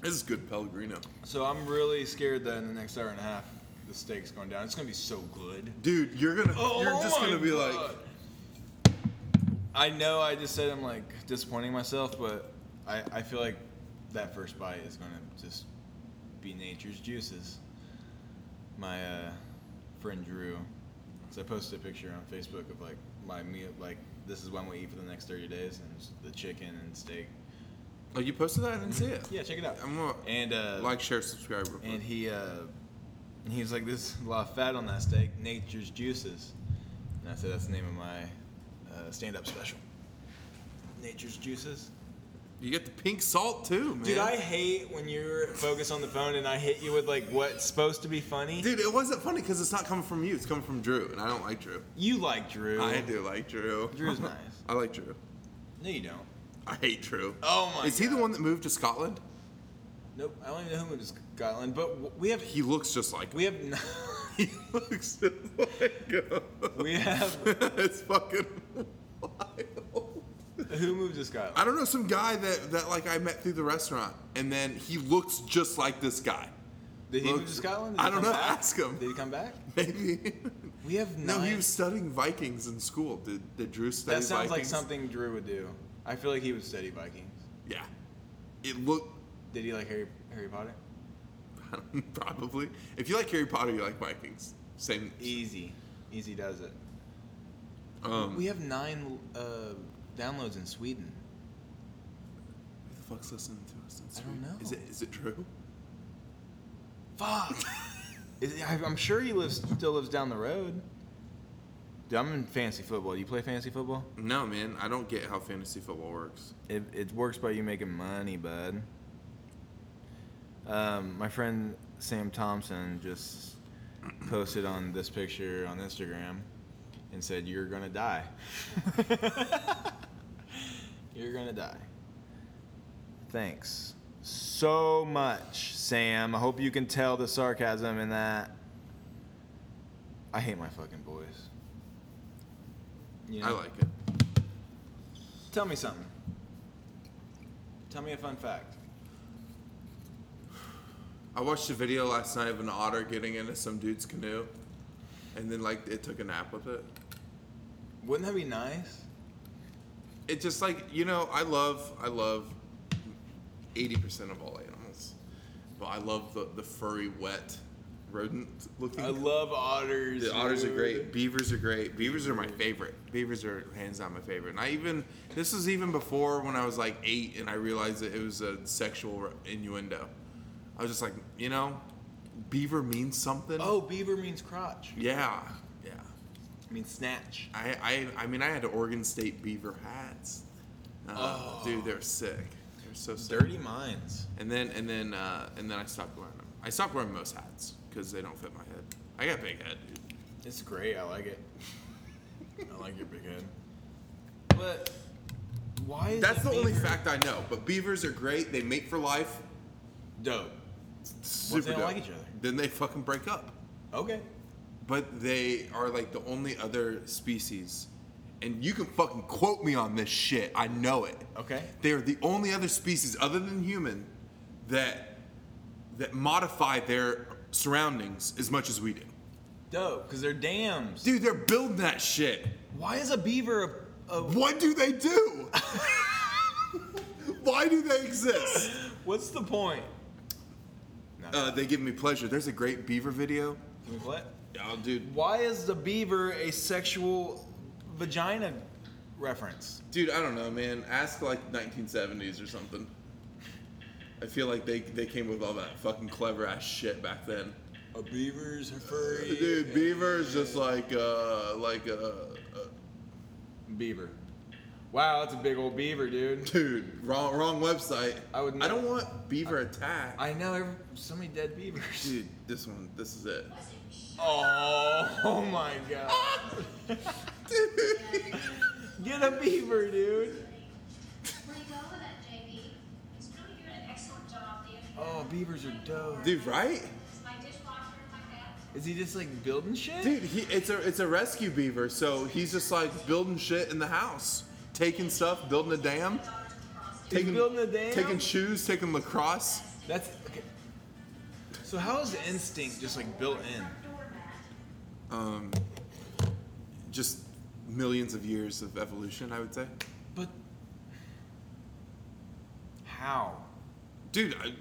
This is good Pellegrino.
So I'm really scared that in the next hour and a half, the steak's going down. It's gonna be so good.
Dude, you're gonna.
Oh,
you're just
my
gonna be like.
God. I know I just said I'm like disappointing myself, but I, I feel like that first bite is gonna just be nature's juices. My uh, friend Drew, so I posted a picture on Facebook of like my meal, like this is what I'm gonna eat for the next 30 days, and it's the chicken and steak.
Oh, you posted that? I didn't see it.
Yeah, check it out.
I'm gonna
And uh,
like, share, subscribe. real quick.
and he uh, and he was like, "This is a lot of fat on that steak, nature's juices." And I said, "That's the name of my uh, stand-up special, Nature's Juices."
You get the pink salt too, man.
Dude, I hate when you're focused on the phone and I hit you with like what's supposed to be funny.
Dude, it wasn't funny because it's not coming from you. It's coming from Drew, and I don't like Drew.
You like Drew?
I do like Drew.
Drew's nice.
[LAUGHS] I like Drew.
No, you don't.
I hate Drew.
Oh my.
Is he the
God.
one that moved to Scotland?
Nope. I don't even know who moved to Scotland, but w- we have
He looks just like
we have
[LAUGHS] He looks just like him.
[LAUGHS] we have
[LAUGHS] it's fucking wild.
who moved to Scotland?
I don't know some guy that that like I met through the restaurant, and then he looks just like this guy. [LAUGHS]
Did he move to
Looks-
Scotland? Did
I
he
don't
come
know,
back?
ask him.
Did he come back?
Maybe.
We have
No,
nine-
he was studying Vikings in school. Did did Drew study
That sounds
Vikings?
like something Drew would do. I feel like he would study Vikings.
Yeah. It looked
Did he like Harry Harry Potter?
[LAUGHS] Probably. If you like Harry Potter, you like Vikings. Same.
Easy, easy does it.
Um,
we have nine uh, downloads in Sweden.
who the fuck's listening to us? in
I don't
Sweden?
know.
Is it is it true? [LAUGHS]
Fuck. Is, I, I'm sure he lives still lives down the road. Dude, I'm in fantasy football. You play fantasy football?
No, man. I don't get how fantasy football works.
It, it works by you making money, bud. Um, my friend Sam Thompson just posted on this picture on Instagram and said, You're going to die. [LAUGHS] You're going to die. Thanks. so much, Sam. I hope you can tell the sarcasm in that. I hate my fucking voice. You
I
know?
like it.
Tell me something. Tell me a fun fact.
I watched a video last night of an otter getting into some dude's canoe, and then like it took a nap with it.
Wouldn't that be nice?
It just like you know I love I love eighty percent of all animals, but I love the the furry wet rodent looking.
I love otters.
The otters are
dude.
great. Beavers are great. Beavers are my favorite. Beavers are hands down my favorite. And I even this was even before when I was like eight and I realized that it was a sexual innuendo. I was just like, you know, beaver means something.
Oh, beaver means crotch.
yeah, yeah.
It means snatch.
I I, I mean I had Oregon State beaver hats. Uh,
Oh.
Dude, they're sick. They're so sick.
Dirty minds.
And then and then uh, and then I stopped wearing them. I stopped wearing most hats because they don't fit my head. I got a big head, dude.
It's great. I
[LAUGHS]
like it. I like your big head. But why is
That's
it
the only
beaver-
fact I know. But beavers are great. They mate for life.
Dope.
Super
they don't
dope.
like each other?
Then they fucking break up.
Okay.
But they are like the only other species, and you can fucking quote me on this shit. I know it.
Okay.
They are the only other species other than human that that modify their surroundings as much as we do.
Dope. Because they're dams.
Dude, they're building that shit.
Why is a beaver a, a
What do they do? [LAUGHS] Why do they exist?
What's the point? No.
Uh, they give me pleasure. There's a great beaver video.
Can we play it?
Oh, dude,
Why is the beaver a sexual vagina reference?
dude, I don't know, man. Ask like 1970s or something. I feel like they they came with all that fucking clever ass shit back then.
A beaver's furry.
Dude, beaver is just like uh like uh, uh
Beaver. Wow, that's a big old beaver, dude.
dude wrong wrong website.
I would
I
not-
don't want beaver attack.
I know every, so many dead beavers.
dude, this one, this is it.
Oh, [LAUGHS] oh my god.
[LAUGHS] Dude.
Get a beaver, dude.
Way to go with that, JB. It's really you're an excellent job, dear.
Oh, beavers are dope.
dude, right?
It's my dishwasher and my bed.
Is he just like building shit?
Dude, he, it's a it's a rescue beaver, so he's just like building shit in the house, taking stuff, building a dam,
He's building a dam?
taking shoes, taking lacrosse.
That's okay. So how is instinct just like built in?
Um, just millions of years of evolution, I would say.
But how?
Dude, I,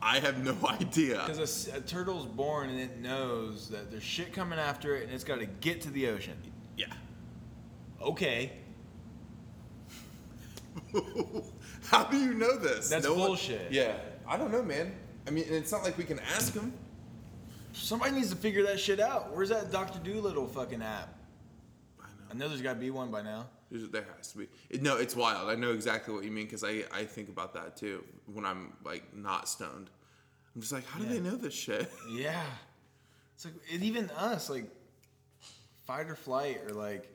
I have no [LAUGHS] idea.
Because a s- a, turtle's born and it knows that there's shit coming after it and it's got to get to the ocean.
Yeah.
Okay,
[LAUGHS] How do you know this?
That's
one-
bullshit.
yeah, I don't know, man. I mean, and it's not like we can ask him.
somebody needs to figure that shit out. Where's that Doctor Doolittle fucking app?
I know.
I know there's got to be one by now.
There's- There has to be. It- No, it's wild. I know exactly what you mean because I, I think about that too when I'm like not stoned. I'm just like, how do
Yeah.
they know this shit? [LAUGHS]
Yeah, it's like and even us like fight or flight or like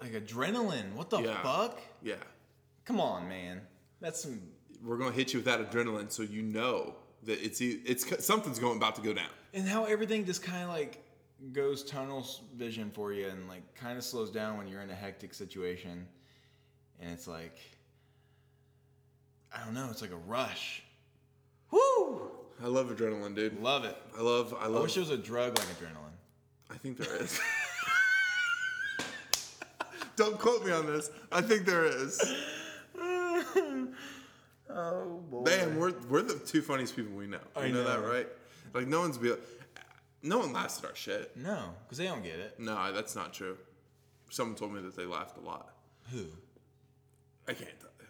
like adrenaline. What the
Yeah.
fuck?
yeah.
Come on, man. That's some.
We're going to hit you with that adrenaline so you know that it's e- it's c- something's going about to go down.
And how everything just kind of like goes tunnel s- vision for you and like kind of slows down when you're in a hectic situation. And it's like, I don't know, it's like a rush. Woo!
I love adrenaline, dude.
Love it.
I love, I
I
love.
wish there was a drug like adrenaline.
I think there is. [LAUGHS] Don't quote me on this. I think there is.
[LAUGHS] [LAUGHS] Oh boy.
Damn, we're, we're the two funniest people we know. You
I
know, that,
know.
right? Like, no one's be, no one laughs at our shit.
No, because they don't get it.
No, that's not true. Someone told me that they laughed a lot.
Who?
I can't tell you.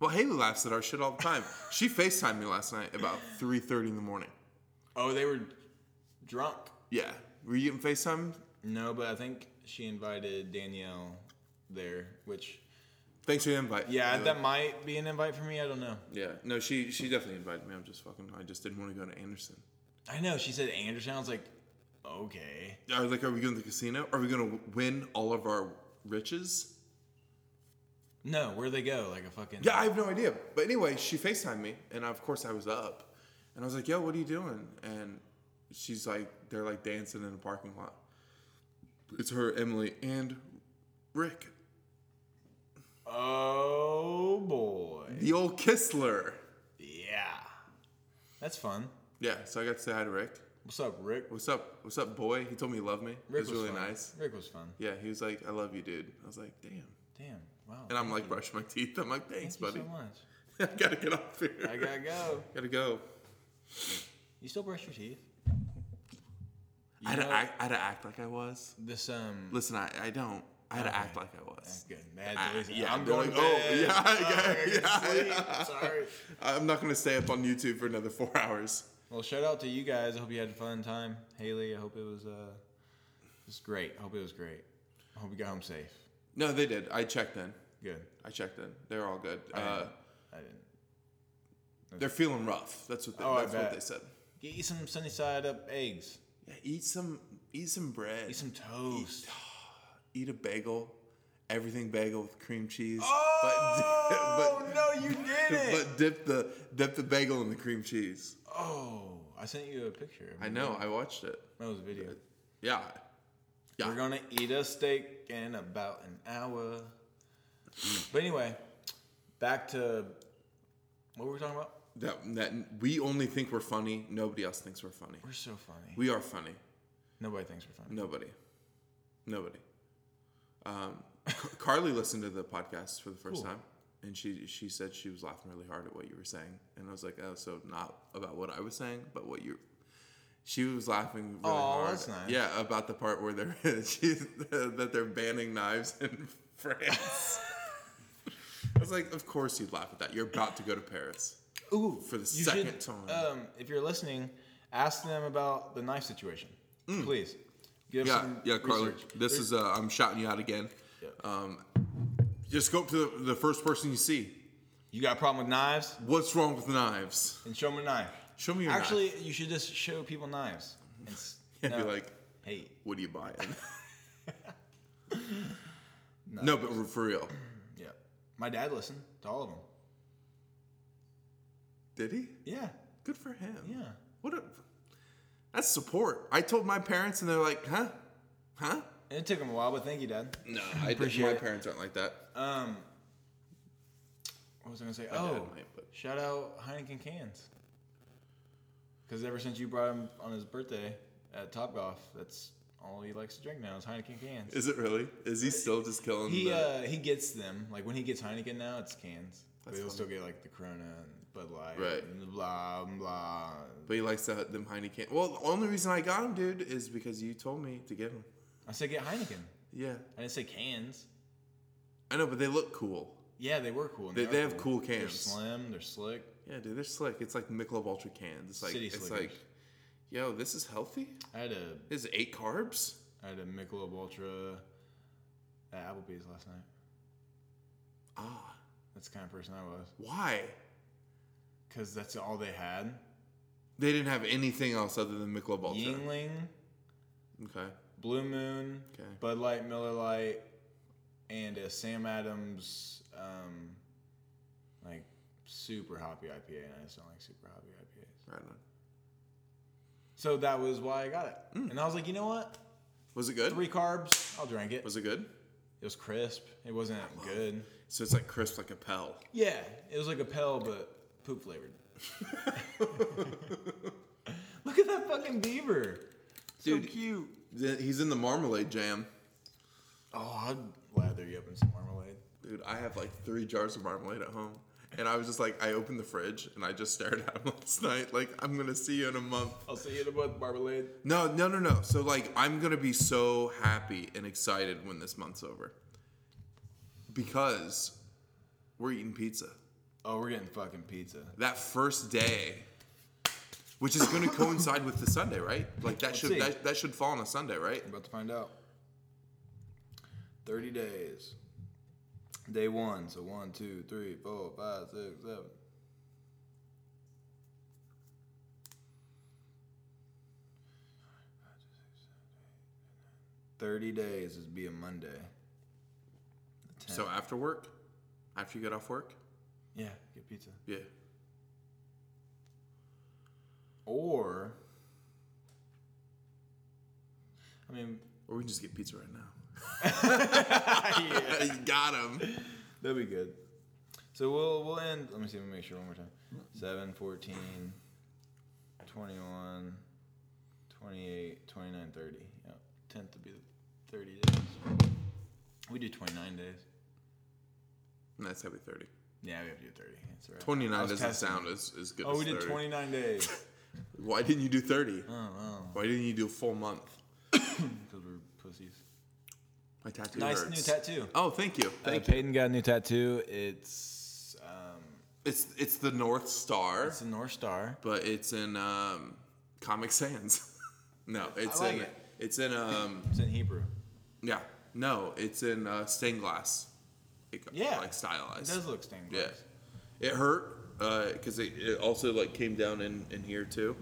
Well, Haley laughs at our shit all the time. she FaceTimed me last night about 3.30 in the morning.
Oh, they were drunk.
Yeah. Were you getting FaceTime?
No, but I think she invited Danielle there, which,
Thanks for the invite.
yeah,
Haley.
that might be an invite for me. I don't know.
yeah. No, she she definitely invited me. I'm just fucking, I just didn't want to go to Anderson.
I know. She said Anderson. I was like, okay.
I was like, are we going to the casino? Are we going to win all of our riches?
No, where they go? Like a fucking.
Yeah, I have no idea. But anyway, she FaceTimed me, and of course I was up, and I was like, "Yo, what are you doing?" And she's like, "They're like dancing in a parking lot." It's her, Emily, and Rick,
Oh boy.
the old Kistler.
Yeah. That's fun.
Yeah, so I got to say hi to Rick.
What's up, Rick?
What's up? What's up, boy? He told me he loved me.
Rick
it was, really
fun.
nice.
Rick was fun.
Yeah, he was like, "I love you, dude." I was like, "Damn."
Damn. Wow.
And I'm like, brushing my teeth. I'm like, "Thanks,
Thank
buddy.
you so much.
[LAUGHS] I gotta get off here.
I gotta go.
[LAUGHS] gotta go."
You still brush your teeth? You
I had, to
know-
act, I had to act like I was.
This um.
Listen, I, I don't. I had to act
Okay.
like I was.
that's Good. Mad
I-
Daisy.
yeah,
I'm
they're
going.
like,
to
oh,
bed.
yeah, [LAUGHS]
Fuck,
yeah,
I gotta
yeah,
sleep.
yeah.
Sorry.
I'm not gonna stay up on YouTube for another [LAUGHS] four hours.
Well, shout out to you guys. I hope you had a fun time, Haley. I hope it was uh, it was great. I hope it was great. I hope you got home safe.
No, they did. I checked in.
Good.
I checked in. They're all good.
I
Uh,
didn't. I didn't.
they're feeling rough. That's what they,
Oh, I
that's what
bet.
they said.
Get you some sunny side up eggs.
Yeah, eat some eat some bread.
Eat some toast.
Eat a bagel. Everything bagel with cream cheese.
Oh
[LAUGHS] but,
no, you
[LAUGHS]
[LAUGHS]
but,
did it!
but dip the dip the bagel in the cream cheese.
oh, I sent you a picture.
I know. I watched it.
That was a video.
Yeah. Yeah.
We're gonna eat a steak in about an hour. but anyway, back to what were we talking about?
That, that we only think we're funny. Nobody else thinks we're funny.
We're so funny.
We are funny.
Nobody thinks we're funny.
Nobody. Nobody. Um, Car- Carly listened to the podcast for the first
Cool.
time, and she she said she was laughing really hard at what you were saying, and I was like, oh, so not about what I was saying, but what you. She was laughing really
Aw,
hard.
that's nice.
Yeah, about the part where they're [LAUGHS] she, that they're banning knives in [LAUGHS]
[LAUGHS]
France. I was like, of course you'd laugh at that. You're about to go to Paris.
Ooh,
for the
you
second time.
Um, if you're listening, ask them about the knife situation, please. Give
Mm. Yeah,
some
yeah, Carly.
research.
This is uh, I'm shouting you out again.
Yeah.
Um, just go up to the, the first person you see.
You got a problem with knives?
What's wrong with knives? [LAUGHS]
Then show them a knife.
Show me your
Actually, you should just show people
[LAUGHS]
knives. And s-
knife.
no.
be like,
hey,
what are you buying? [LAUGHS] no, but for real,
yeah. My dad listened to all of them.
did he?
Yeah,
Good for him.
Yeah.
What a that's support. I told my parents, and they're like, huh, huh?
and it took him a while, but thank you, dad. [LAUGHS]
No, I
Appreciate
My
it.
parents aren't like that.
Um, what was I gonna say?
dad
oh,
might, but-
shout out Heineken cans. Because ever since you brought him on his birthday at Top Golf, that's all he likes to drink now is Heineken cans.
Is it really? Is he still just killing?
he
the,
uh, he gets them like when he gets Heineken now, it's cans. But
That's
he'll
funny.
still get like the Corona and Bud Light,
Right.
And blah blah.
but he likes that them Heineken. Well, the only reason I got him, dude, is because you told me to get him.
I said get Heineken.
Yeah.
I didn't say cans.
I know, but they look cool.
Yeah, they were cool. and
They-
are
they have cool
They're
cans.
slim. They're slick.
Yeah, dude, they're slick. It's like Michelob Ultra cans. It's like
City
it's
Slickers.
like, yo, this is healthy.
I had a
This is eight carbs.
I had a Michelob Ultra at Applebee's last night.
Ah,
That's the kind of person I was.
why?
Because that's all they had.
They didn't have anything else other than Michelob Ultra.
Yingling,
Okay,
Blue Moon,
Okay.
Bud Light, Miller Light, and a Sam Adams, um, like, super hoppy IPA. And I just don't like super hoppy IPAs.
right on.
So that was why I got it.
Hmm.
And I was like, you know what?
Was it good?
Three carbs, I'll drink it.
Was it good?
It was crisp. It wasn't good.
So it's like crisp, like a pell.
Yeah, it was like a pale but poop flavored. [LAUGHS] Look at that fucking beaver.
Dude.
so cute.
Th- He's in the marmalade jam.
Oh, I'd lather you up in some marmalade.
Dude, I have like three jars of marmalade at home. And I was just like, I opened the fridge and I just stared [LAUGHS] at him last night. Like, I'm gonna see you in a month.
I'll see you in about marmalade.
No, no, no, no. So like I'm gonna be so happy and excited when this month's over. Because we're eating pizza.
Oh, we're getting fucking pizza.
That first day, which is gonna coincide with the Sunday, right? Like that
Let's
should
see.
that, that should fall on a Sunday, right?
I'm about to find out. 30 days. Day one. So one, two, three, four, five, six, seven. Thirty days is be a Monday. The
So after work? after you get off work.
Yeah, get pizza.
Yeah.
Or, I mean,
Or we can just get pizza right
[LAUGHS]
now.
yeah,
you got him.
that'd be good. So we'll we'll end. Let me see. Let me make sure one more time. 7, 14, 21, 28, 29, 30. Yeah, tenth would be the thirty days. We do twenty nine days.
And that's heavy 30.
Yeah, we have to do thirty. That's all right.
29
I was
doesn't
testing.
sound as, as good
Oh,
as
we did
30.
twenty nine
[LAUGHS]
days.
Why didn't you do 30?
oh, wow.
Why didn't you do a full month?
Because we're pussies.
My tattoo
Nice
hurts.
new tattoo.
Oh, thank you.
Uh,
Thank you.
Peyton got a new tattoo. It's um,
It's it's the North Star,
it's a North Star.
but it's in um, Comic Sans. [LAUGHS] no, it's
like
in
it.
it's in um
It's in Hebrew.
yeah no it's in uh, stained glass. It got,
Yeah.
like
It
stylized.
does look stained
yeah,
glass.
it hurt because it, it also like came down in in here too.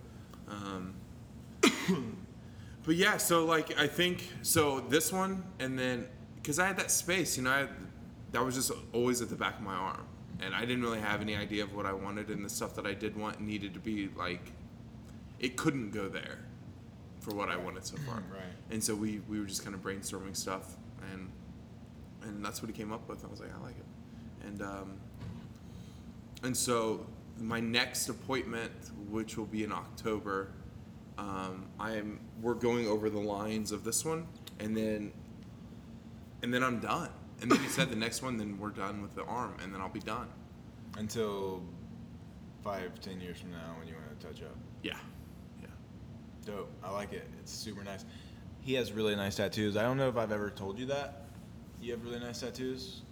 Um, [COUGHS] but yeah, so like I think so this one and then because I had that space, you know, I had, that was just always at the back of my arm, and I didn't really have any idea of what I wanted, and the stuff that I did want needed to be like it couldn't go there for what I wanted so far.
Right.
And so we we were just kind of brainstorming stuff, and and that's what he came up with. I was like, I like it, and um, and so my next appointment, which will be in October, um, I am we're going over the lines of this one, and then and then I'm done. And then he said the next one, then we're done with the arm, and then I'll be done.
Until five, ten years from now, when you want to touch up.
Yeah, yeah.
Dope. I like it. It's super nice. He has really nice tattoos. I don't know if I've ever told you that. You have really nice tattoos,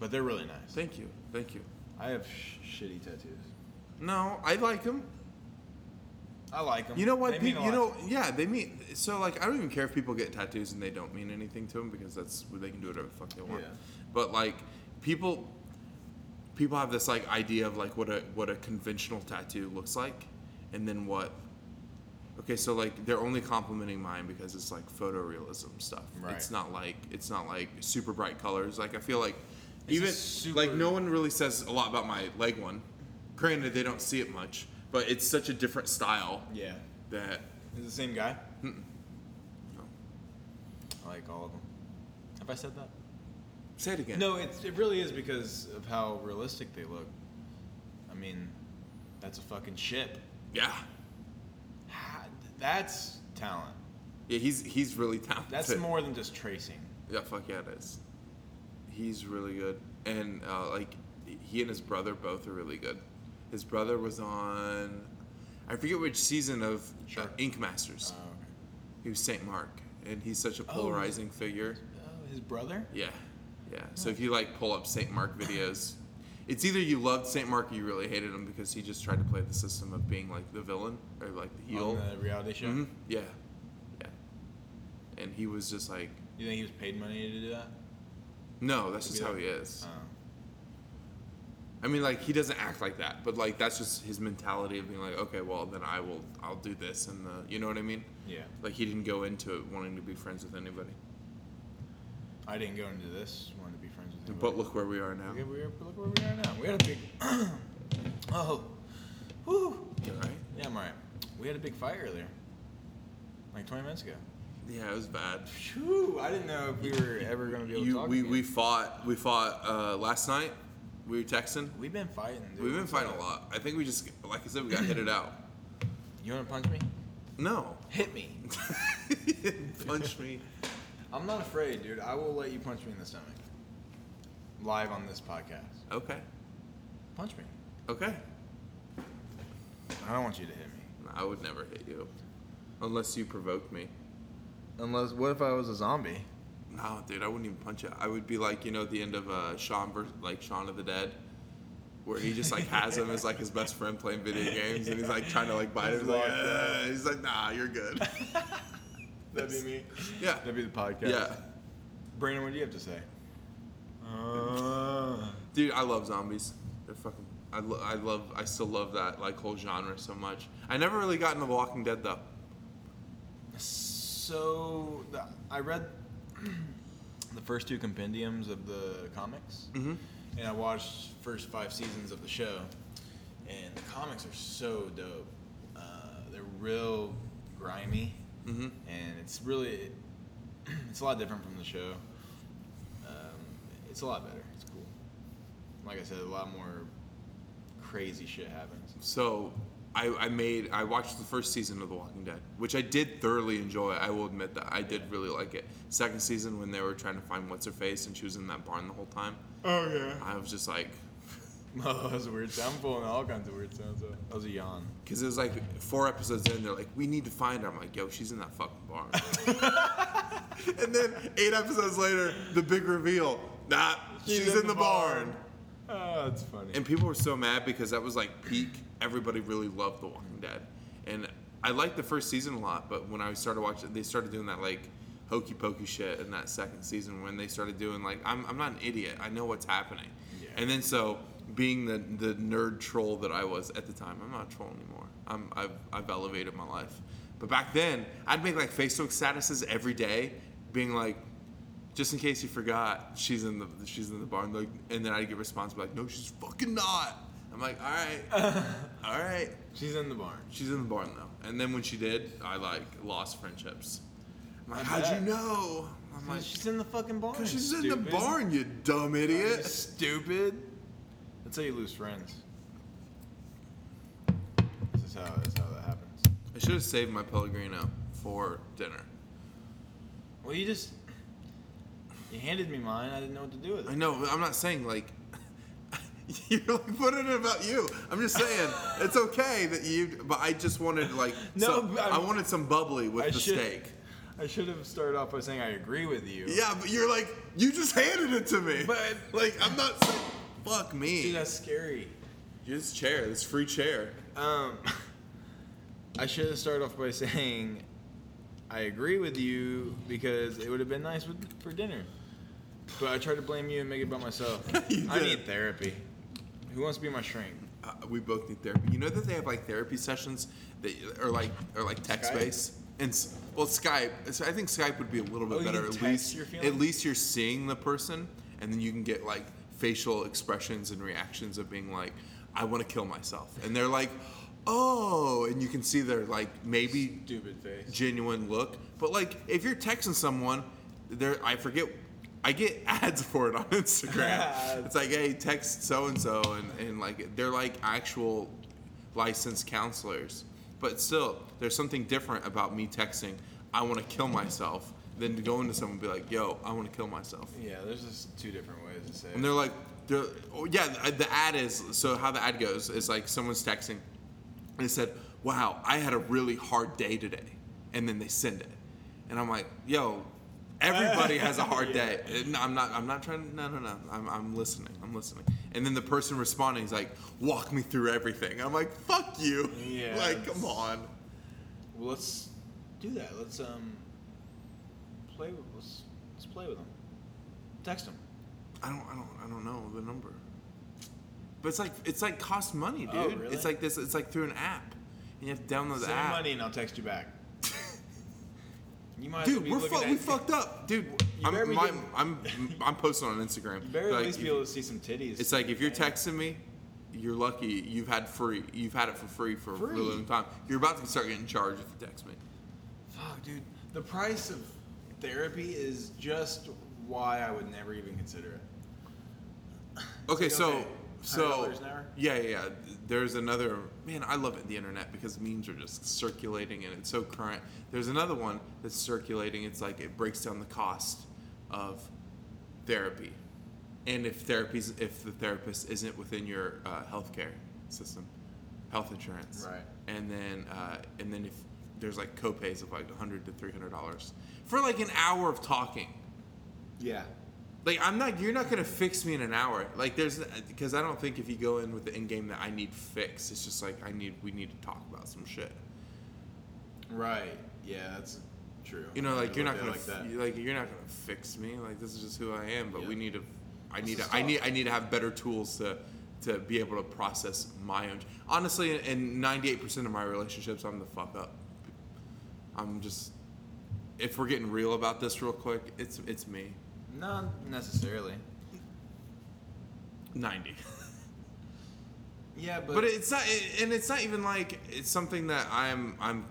but they're really nice.
Thank you, thank you.
I have sh- shitty tattoos.
No, I like him.
I like them.
You know what?
They
pe-
mean a
you
lot
know,
to me.
yeah, they mean. So like, I don't even care if people get tattoos and they don't mean anything to them because that's where they can do whatever the fuck they want.
Yeah.
But like, people, people have this like idea of like what a what a conventional tattoo looks like, and then what. Okay, so like they're only complimenting mine because it's like photorealism stuff.
Right.
It's not like it's not like super bright colors. Like I feel like
It's
even
just
like
super-
no one really says a lot about my leg one. Granted, they don't see it much, but it's such a different style
Yeah.
that
Is it the same guy?
no.
I like all of them. Have I said that?
say it again.
No, it's, it really is because of how realistic they look. I mean, that's a fucking ship.
Yeah.
Ha- That's talent.
Yeah, he's he's really talented.
That's more than just tracing.
Yeah, fuck yeah, it is. He's really good, and uh, like he and his brother both are really good. His brother was on, I forget which season of uh,
Sure.
Ink
Uh,
Masters. he was Saint Mark, and he's such a
Oh.
polarizing figure.
Oh, his brother?
Yeah, yeah. So if you like pull up Saint Mark videos, it's either you loved Saint Mark or you really hated him because he just tried to play the system of being like the villain or like the heel.
On the reality show?
Mhm, Yeah. Yeah. And he was just like,
You think he was paid money to do that?
no, that's just
Yeah.
how he is.
Oh.
I mean, like he doesn't act like that, but like that's just his mentality of being like, okay, well then I will, I'll do this, and the, you know what I mean?
Yeah.
Like he didn't go into it wanting to be friends with anybody.
I didn't go into this. Wanted to be friends with him.
But look where we are now.
Okay, we're, look where we are now. We had a big. [CLEARS THROAT] oh. Whew.
You all right?
Yeah, I'm alright. We had a big fight earlier. Like 20 minutes ago.
Yeah, it was bad.
Phew, I didn't know if we were ever going to be able to
You,
talk
we,
again.
we fought, we fought uh, last night. We were texting.
We've been fighting. Dude.
We've been fighting a lot. I think we just, like I said, we got hit it out.
You want to punch me?
No, [LAUGHS]
Hit me. [LAUGHS]
punch me.
I'm not afraid, dude. I will let you punch me in the stomach. Live on this podcast.
Okay.
Punch me.
Okay.
I don't want you to hit me.
I would never hit you. Unless you provoked me.
Unless, what if I was a zombie?
No, dude, I wouldn't even punch you. I would be like, you know, at the end of uh, Shaun vers like Shaun of the Dead, where he just like has him as like his best friend playing video games, and he's like trying to like bite
He's
him. He's like,
locked up.
"Ugh." he's like, nah, you're good. [LAUGHS]
That'd be me.
Yeah.
That'd be the podcast.
yeah,
Brandon, what do you have to say? Uh,
dude, I love zombies. They're fucking. I, lo- I love. I still love that like whole genre so much. I never really got into The Walking Dead though.
so, the, I read. [CLEARS THROAT] the first two compendiums of the comics,
Mm-hmm.
and I watched first five seasons of the show, and the comics are so dope. Uh, they're real grimy,
Mm-hmm.
and it's really [CLEARS THROAT] it's a lot different from the show. Um, it's a lot better. It's cool. Like I said, a lot more crazy shit happens.
So I, I made I watched the first season of The Walking Dead, which I did thoroughly enjoy. I will admit that I did really like it. Second season when they were trying to find what's her face and she was in that barn the whole time,
Oh yeah.
I was just like,
[LAUGHS] Oh, that was a weird sound. I'm pulling all kinds of weird sounds out. That was a yawn.
because it was like four episodes in, they're like, we need to find her. I'm like, yo, she's in that fucking [LAUGHS] barn. and then eight episodes later, the big reveal. Nah, she's, in, the, barn. Ah,
Oh, that's funny.
And people were so mad because that was like peak. Everybody really loved The Walking Dead, and I liked the first season a lot. But when I started watching, they started doing that like hokey pokey shit in that second season when they started doing like I'm I'm not an idiot. I know what's happening.
Yeah.
And then so being the the nerd troll that I was at the time, I'm not a troll anymore. I'm I've I've elevated my life. But back then, I'd make like Facebook statuses every day, being like, just in case you forgot, she's in the she's in the barn. Like, and then I get response like, no, she's fucking not. I'm like, all
[LAUGHS]
right, all right.
She's in the barn.
She's in the barn though. And then when she did, I like lost friendships. I'm like,
I
how'd
bet.
you know? I'm like,
she's in the fucking barn.
"'Cause she's in the
stupid.
barn, you dumb
You
idiot.
Stupid. That's how you lose friends. This is how this is how that happens.
I should have saved my Pellegrino for dinner.
Well, you just you handed me mine. I didn't know what to do with
I
it.
know. I'm not saying like [LAUGHS] you're like what is it about you? I'm just saying it's okay that you. But I just wanted like
[LAUGHS] No,
some-
but I'm-
I wanted some bubbly with
I
the
should- [LAUGHS]
steak.
I should have started off by saying I agree with you.
Yeah, but you're like you just handed it to me.
But-
like I'm not. saying Fuck
Dude,
me.
that's scary.
This chair, this free chair.
Um, [LAUGHS] I should have started off by saying I agree with you because it would have been nice with, for dinner. But I tried to blame you and make it about myself.
[LAUGHS] You
I
did.
need therapy. Who wants to be my shrink?
Uh, we both need therapy. You know that they have like therapy sessions that are like are like text
Skype?
based and s- well Skype. so I think Skype would be a little bit
Oh, you
better.
can
At
text
least
your feelings?
at least you're seeing the person, and then you can get like facial expressions and reactions of being like, I want to kill myself, and they're like, oh, and you can see they're like maybe
Stupid face.
genuine look. But like, if you're texting someone, there I forget. I get [LAUGHS] ads for it on Instagram. it's like, hey, text so and so, and and like they're like actual licensed counselors. But still, there's something different about me texting. I want to kill myself than to go into someone and be like, yo, I want to kill myself.
Yeah, there's just two different ways to say
And
it.
they're like, they're, oh, yeah, the- the ad is, so how the ad goes is like someone's texting and it said, wow, I had a really hard day today. And then they send it. And I'm like, yo, everybody has
[LAUGHS]
a hard day. And I'm not, I'm not trying, no, no, no. I'm, I'm listening. I'm listening. And then the person responding is like, walk me through everything. I'm like, fuck you.
Yeah,
like,
it's-
come on.
Well, let's do that. Let's um play. With, let's let's play with them. Text them.
I don't, I don't, I don't know the number. But it's like, it's like cost money, dude.
Oh, really?
It's like this, it's like through an app. And you have to download the
Send
app.
me money and I'll text you
[LAUGHS]
back. You might
Dude,
be
we're
looking
fu-
at-
we fucked up, dude.
You
I'm,
better be
my-
getting-
I'm, I'm posting on Instagram.
You better
Like,
at least be able to see some titties.
it's like if you're texting me, you're lucky. You've had free. You've had it for free for a
Free?
really long time. You're about to start getting charged if you text me.
Fuck, dude. The price of therapy is just why I would never even consider it.
Okay,
like,
so
okay,
so
$100 an hour?
yeah, yeah, yeah. There's another man. I love it, the internet because memes are just circulating and it's so current. There's another one that's circulating. It's like it breaks down the cost of therapy, and if therapies if the therapist isn't within your uh, healthcare system, health insurance,
Right.
And then uh, and then if there's like copays of like 100 to 300 dollars for like an hour of talking.
Yeah.
Like I'm not. You're not gonna fix me in an hour. Like there's because I don't think if you go in with the end game that I need fixed. It's just like I need. We need to talk about some shit.
Right. Yeah, that's true.
You know, like
I
you're not
looked
gonna
at it
f-
like that.
like you're not gonna fix me. Like this is just who I am. But we
Yeah.
need to. I
This
need.
is
To, I need.
tough.
I need to have better tools to to be able to process my own. Honestly, in 98% of my relationships, I'm the fuck up. I'm just. If we're getting real about this, real quick, it's it's me.
Not necessarily.
Ninety.
Yeah, but,
But it's not, it- and it's not even like it's something that I'm I'm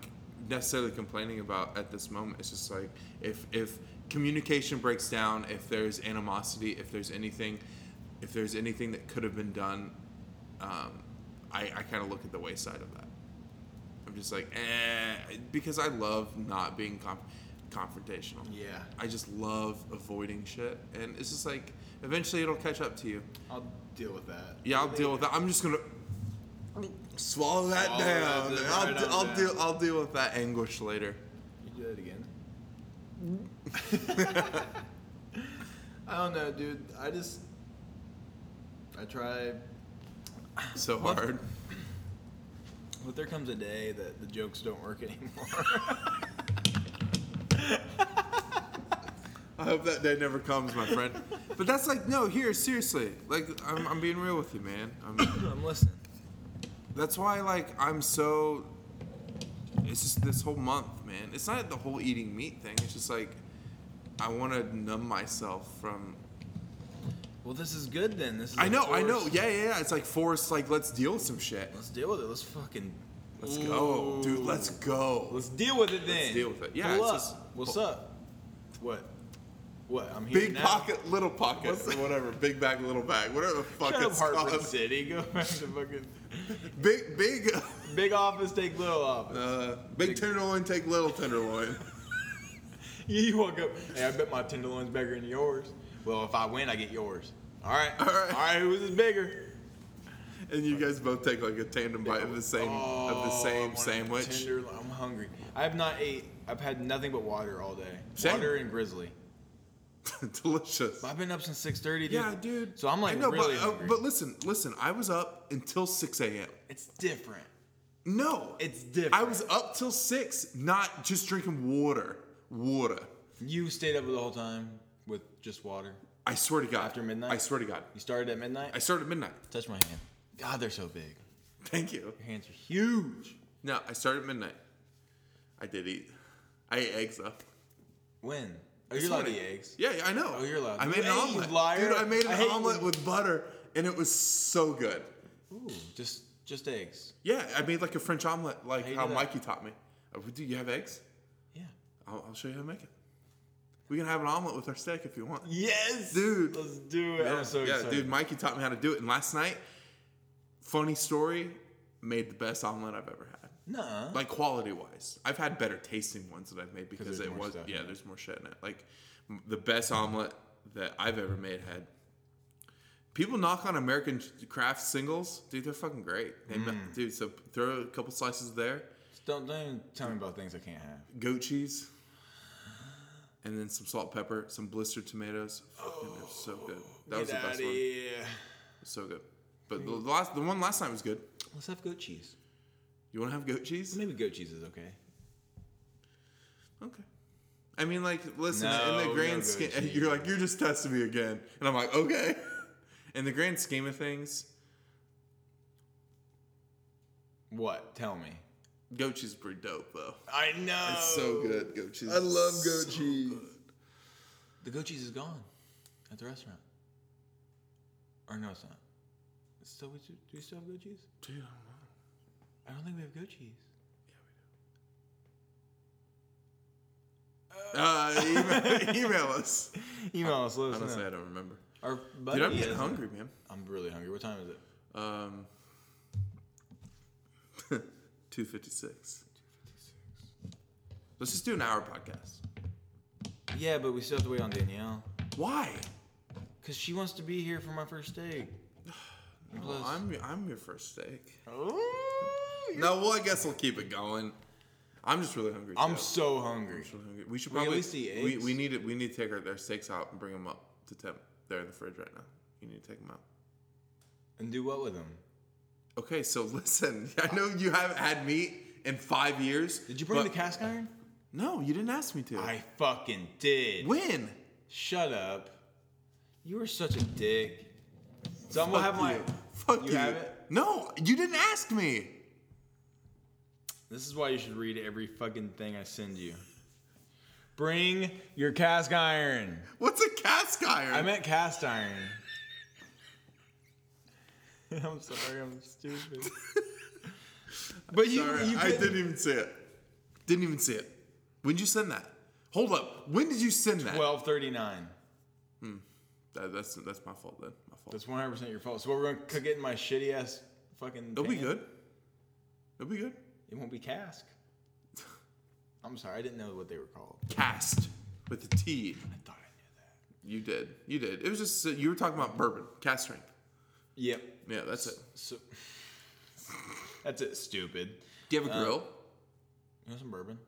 necessarily complaining about at this moment. It's just like if if communication breaks down, if there's animosity, if there's anything, if there's anything that could have been done, um, I I kind of look at the wayside of that. I'm just like, eh, because I love not being conf- confrontational.
yeah,
I just love avoiding shit, and it's just like eventually it'll catch up to you.
I'll deal with that.
Yeah, I'll deal with that. I'm just gonna swallow that
Swallow
down.
that
I'll,
right
d-
on
I'll
down.
deal. I'll deal with that anguish later.
You do that again?
Mm-hmm.
[LAUGHS] I don't know, dude. I just I try,
So
What?
hard.
but there comes a day that the jokes don't work anymore. [LAUGHS]
I hope that day never comes, my friend. but that's like no. Here, seriously. Like I'm, I'm being real with you, man. I'm,
I'm listening.
that's why like I'm so. It's just this whole month, man. It's not the whole eating meat thing. It's just like I want to numb myself from
Well, this is good then. This is
I
a
know, I know.
forced-
Yeah, yeah, yeah. It's like forced, like, let's deal with some shit.
Let's deal with it. Let's fucking
Let's go. Oh, Dude,
Ooh.
let's go.
Let's deal with it then.
deal with it. Yeah,
Pull
it's
up.
just-
What's
pull-
up? What? What? I'm here
Big
now.
pocket, little pocket,
What's the-
whatever. Big bag, little bag, whatever the fuck
Shut up,
it's
Hartford
called.
City. Go back to fucking
Big, big,
big office. Take little office.
uh,
[LAUGHS]
big tenderloin, take little tenderloin.
You walk up. Hey, I bet my tenderloin's bigger than yours. Well, if I win, I get yours. All
[LAUGHS]
right. All
right.
All right. Who's is bigger?
and you guys both take like a tandem bite of the same, of the
Oh, I
same
want a
sandwich.
tenderloin. I'm hungry. I have not ate. I've had nothing but water all day.
Same.
Water and grizzly.
[LAUGHS] Delicious.
But I've been up since 6:30. Dude.
Yeah, dude.
So I'm like
I know,
really
but, uh,
hungry.
but listen, listen. I was up until 6 a.m.
it's different.
No,
It's different.
I was up till six, not just drinking water. Water.
You stayed up the whole time with just water.
I swear to God.
After midnight?
I swear to God.
You started at midnight.
I started at midnight. [LAUGHS]
Touch my hand. God, they're so big.
Thank you.
Your hands are huge.
No, I started at midnight. I did eat. I ate eggs though.
When? Oh,
This
you're allowed to
morning.
eat eggs.
Yeah, yeah, I know.
Oh, you're allowed.
I made an
Hey, you
omelet.
liar.
Dude, I made an
I hate you.
omelet with butter, and it was so good.
Ooh, just just eggs.
Yeah, I made like a French omelet, like
How you
how
do that?
Mikey taught me. Uh, Do you have eggs?
Yeah.
I'll, I'll show you how to make it. We can have an omelet with our steak if you want.
Yes,
Dude.
Let's do it.
Yeah,
I'm so
yeah,
excited.
dude, Mikey taught me how to do it. And last night, funny story, made the best omelet I've ever had.
Nah.
Like quality wise, I've had better tasting ones that I've made because
there's
it
more
was
stuff in
yeah.
it.
There's more shit in it. Like m- the best omelet that I've ever made had. People knock on American craft singles, dude. They're fucking great. They ma-
Mm.
dude, so throw a couple slices there,
don't don't even tell me about things I can't have.
goat cheese, and then some salt, pepper, some blistered tomatoes. Fucking, they're so good. That was the
Get
best
outta
one.
here.
So good. But the last, the one last night was good.
Let's have goat cheese.
You want to have goat cheese?
Maybe goat cheese is okay.
Okay. I mean, like, listen.
No,
in
no
the grand
goat
scheme,
cheese.
you're like, you're just testing me again, and I'm like, okay. [LAUGHS] In the grand scheme of things,
What? Tell me.
goat cheese is pretty dope, though.
I know.
It's so good, goat cheese.
Oh. I love goat
So
cheese.
good.
The goat cheese is gone at the restaurant. Or no, it's not. Still, we do we still have goat cheese?
Dude, I
I don't
don't know.
think we have goat cheese.
Uh, email, [LAUGHS] email us.
Email us. Let us
Honestly,
know.
I don't remember.
Our buddy
Dude, I'm
is-
getting hungry, man.
I'm really hungry. What time is it?
Um, [LAUGHS] two fifty six. Let's just do an hour podcast.
Yeah, but we still have to wait on Danielle.
Why?
Cause she wants to be here for my first
[SIGHS]
steak.
Well, I'm I'm your first steak.
Oh,
No, well, I guess we'll keep it going. I'm just really hungry.
I'm
too.
so hungry.
Just really hungry. We should
We at
probably
least eat
we,
eggs.
we need to we need to take our, their steaks out and bring them up to temp. They're in the fridge right now. You need to take them out.
And do what with them?
Okay, so [LAUGHS] listen. I know you haven't had meat in five years.
Did you bring
but-
the cast iron?
No, you didn't ask me to.
I fucking did.
when?
Shut up. You are such a dick. So I'm gonna have my.
you. Fuck
you
you.
have it?
No, you didn't ask me.
This is why you should read every fucking thing I send you. Bring your cast iron.
What's a cast iron?
I meant cast iron. [LAUGHS] I'm sorry, I'm stupid.
[LAUGHS] but you,
Sorry,
you
I
couldn't- didn't even see it. Didn't even see it. When did you send that? Hold up. When did you send that?
1239.
That- that's that's my fault then. My fault.
That's 100% your fault. So what, we're going to cook it in my shitty ass fucking
It'll be
pan?
good. It'll be good.
It won't be
[LAUGHS]
cask. I'm sorry, I didn't know what they were called.
Cast with a T.
I thought I knew that.
You did. You did. It was just uh, you were talking about bourbon cast strength.
Yep.
Yeah, that's it.
So [LAUGHS] That's it, stupid.
Do you have a
Uh,
grill?
You want some bourbon?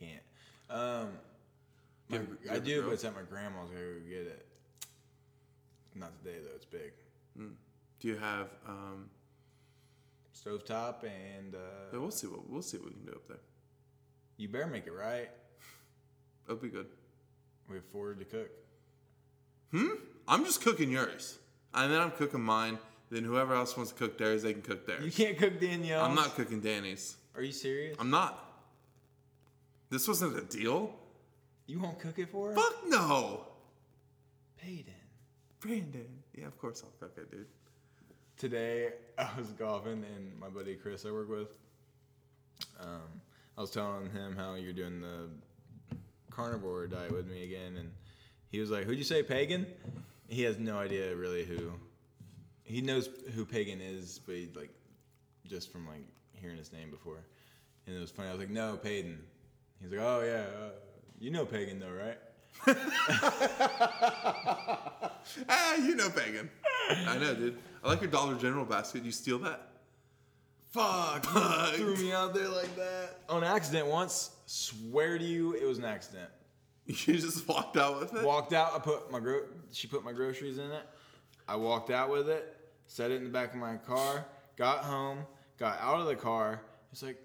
Can't. Um,
Do
my-
you have- do you
I
have a
do,
grill?
but it's at my grandma's. I go get it. Not today though. It's big.
Do you have? Um,
Stovetop and uh,
we'll see what we'll see what we can do up there.
you better make it right.
It'll be good.
We have four to cook.
I'm just cooking yours, and then I'm cooking mine. Then whoever else wants to cook theirs, they can cook
You
theirs.
can't cook Danielle.
I'm not cooking Danny's.
Are you serious?
I'm not. This wasn't a deal.
you won't cook it for her?
Fuck no.
Payton.
Brandon. Yeah, of course I'll cook it, dude.
today I was golfing and my buddy Chris I work with. Um, I was telling him how you're doing the carnivore diet with me again, and he was like, "Who'd you say, Pagan?" He has no idea really who. He knows who Pagan is, but he like just from like hearing his name before. And it was funny. I was like, "No, Pagan." He's like, "Oh yeah, uh, you know Pagan though, right?"
Ah, you know Pagan. I know, dude. I like your Dollar General basket. You steal that?
Fuck! you Threw me out there like that on accident once. Swear to you, it was an accident.
[LAUGHS] You just walked out with it?
Walked out. I put my gro- she put my groceries in it. I walked out with it. Set it in the back of my car. Got home. Got out of the car. It's like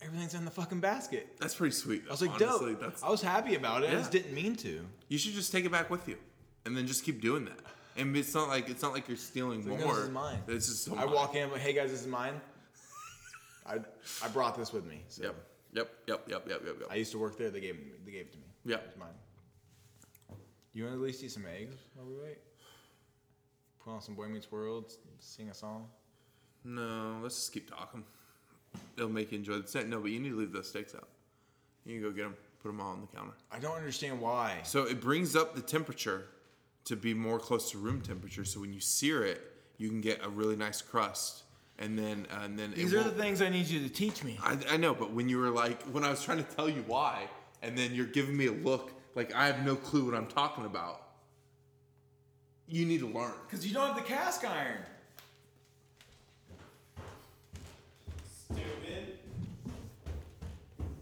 everything's in the fucking basket.
That's pretty sweet.
I was like,
honestly,
dope.
That's,
I was happy about it. I
Yeah.
just didn't mean to.
you should just take it back with you, and then just keep doing that. And it's not like it's not like you're stealing
like,
more.
no, this is mine.
It's just so
I
much.
walk in. I'm like, hey guys, this is mine. I I brought this with me. So
Yep. Yep. Yep. Yep. Yep. Yep.
I
Yep.
used to work there. They gave it to me. They gave it to me.
Yeah.
It's mine. You want to at least eat some eggs while we wait? Put on some Boy Meets World. s- Sing a song.
No, let's just keep talking. It'll make you enjoy the steak. No, but you need to leave those steaks out. You can go get them, put them all on the counter.
I don't understand why.
So it brings up the temperature to be more close to room temperature. So when you sear it, you can get a really nice crust, and then and then
These
it
are
won't-
the things I need you to teach me.
I, I know, but when you were like, when I was trying to tell you why, and then you're giving me a look like I have no clue what I'm talking about. You need to learn.
Because you don't have the cask iron.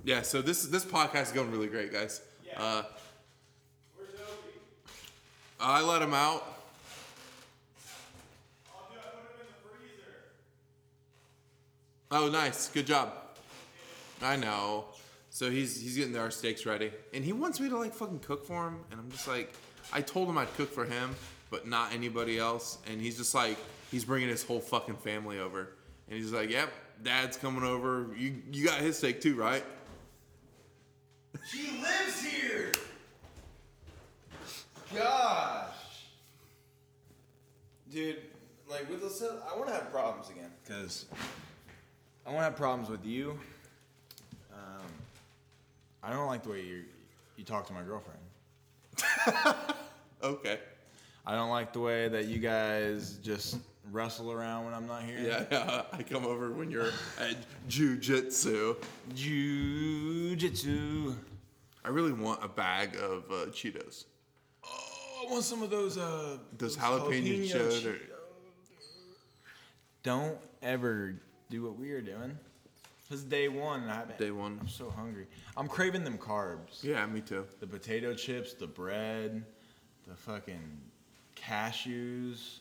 Yeah. So this this podcast is going really great, guys. Uh,
Where's Obi?
I let him out.
I'll do, I put him in the freezer.
Oh, nice. Good job. I know. So he's he's getting our steaks ready, and he wants me to like fucking cook for him, and I'm just like, I told him I'd cook for him, but not anybody else, and he's just like, he's bringing his whole fucking family over, and he's like, yep, dad's coming over. You you got his steak too, right?
She lives here. Gosh. Dude, like with this, I want to have problems again. Because I want to have problems with you. Um, I don't like the way you you talk to my girlfriend.
Okay.
I don't like the way that you guys just wrestle around when I'm not here.
Yeah, yeah. [LAUGHS] I come over when you're at jujitsu.
Jiu-jitsu.
I really want a bag of uh, Cheetos.
Oh, I want some of those uh
Those jalapeno
jalapeno
cheddar.
Don't ever do what we are doing. This is day one. And I haven't,
Day one.
I'm so hungry. I'm craving them carbs.
Yeah, me too.
The potato chips, the bread, the fucking cashews.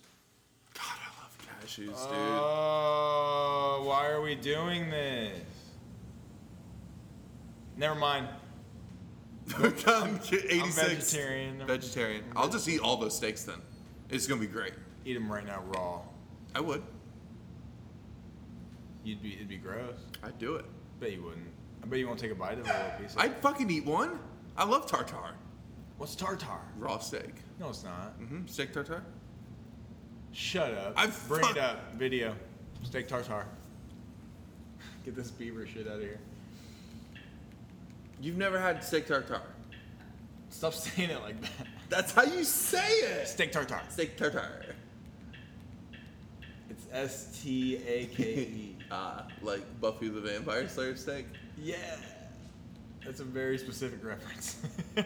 God, I love cashews, dude.
Oh, why are we doing this? Never mind.
[LAUGHS] I'm ki- 86.
Uh, vegetarian. I'm-
Vegetarian. I'll just eat all those steaks then. It's gonna be great.
Eat them right now raw.
I would.
You'd be it'd be gross.
I'd do it.
Bet you wouldn't. I bet you won't take a bite of a little piece. of
I'd
it.
fucking eat one. I love tartar.
What's tartar?
Raw steak.
No, it's not.
hmm Steak tartar.
Shut up.
I've
Bring
fuck-
it up. Video. Steak tartar. Get this beaver shit out of here.
You've never had steak tartar.
Stop saying it like that.
That's how you say it.
Steak tartar.
Steak tartar.
It's S T A K
[LAUGHS]
E.
Ah, like Buffy the Vampire Slayer steak.
Yeah. That's a very specific reference. [LAUGHS]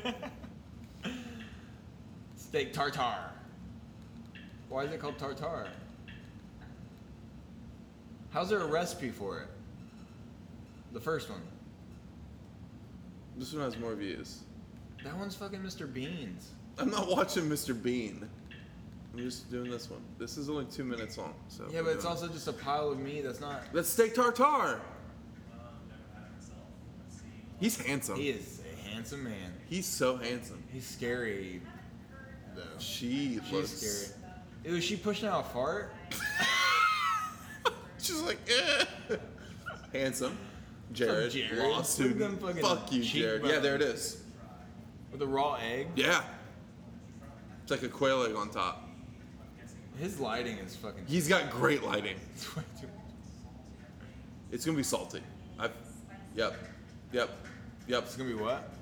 Steak tartare. Why is it called tartare? How's there a recipe for it? The first one.
This one has more views.
That one's fucking Mr. Beans.
I'm not watching Mr. Bean. I'm just doing this one. This is only two minutes long, so.
Yeah,
we're
but it's
doing-
also just a pile of meat that's not.
That's steak tartare. He's handsome.
He is a handsome man.
He's so handsome.
He's scary, though.
She
She's
looks.
scary. Ew, is she pushing out a fart?
She's like, eh. [LAUGHS] handsome. Jared.
Jared.
Law
Look
student.
them fucking
Fuck you, Jared. Yeah, there it is.
With a raw egg?
Yeah. It's like a quail egg on top.
His lighting is fucking.
He's got great lighting.
It's [LAUGHS] way too much.
It's gonna be salty. I've, yep, yep, yep.
It's gonna be what?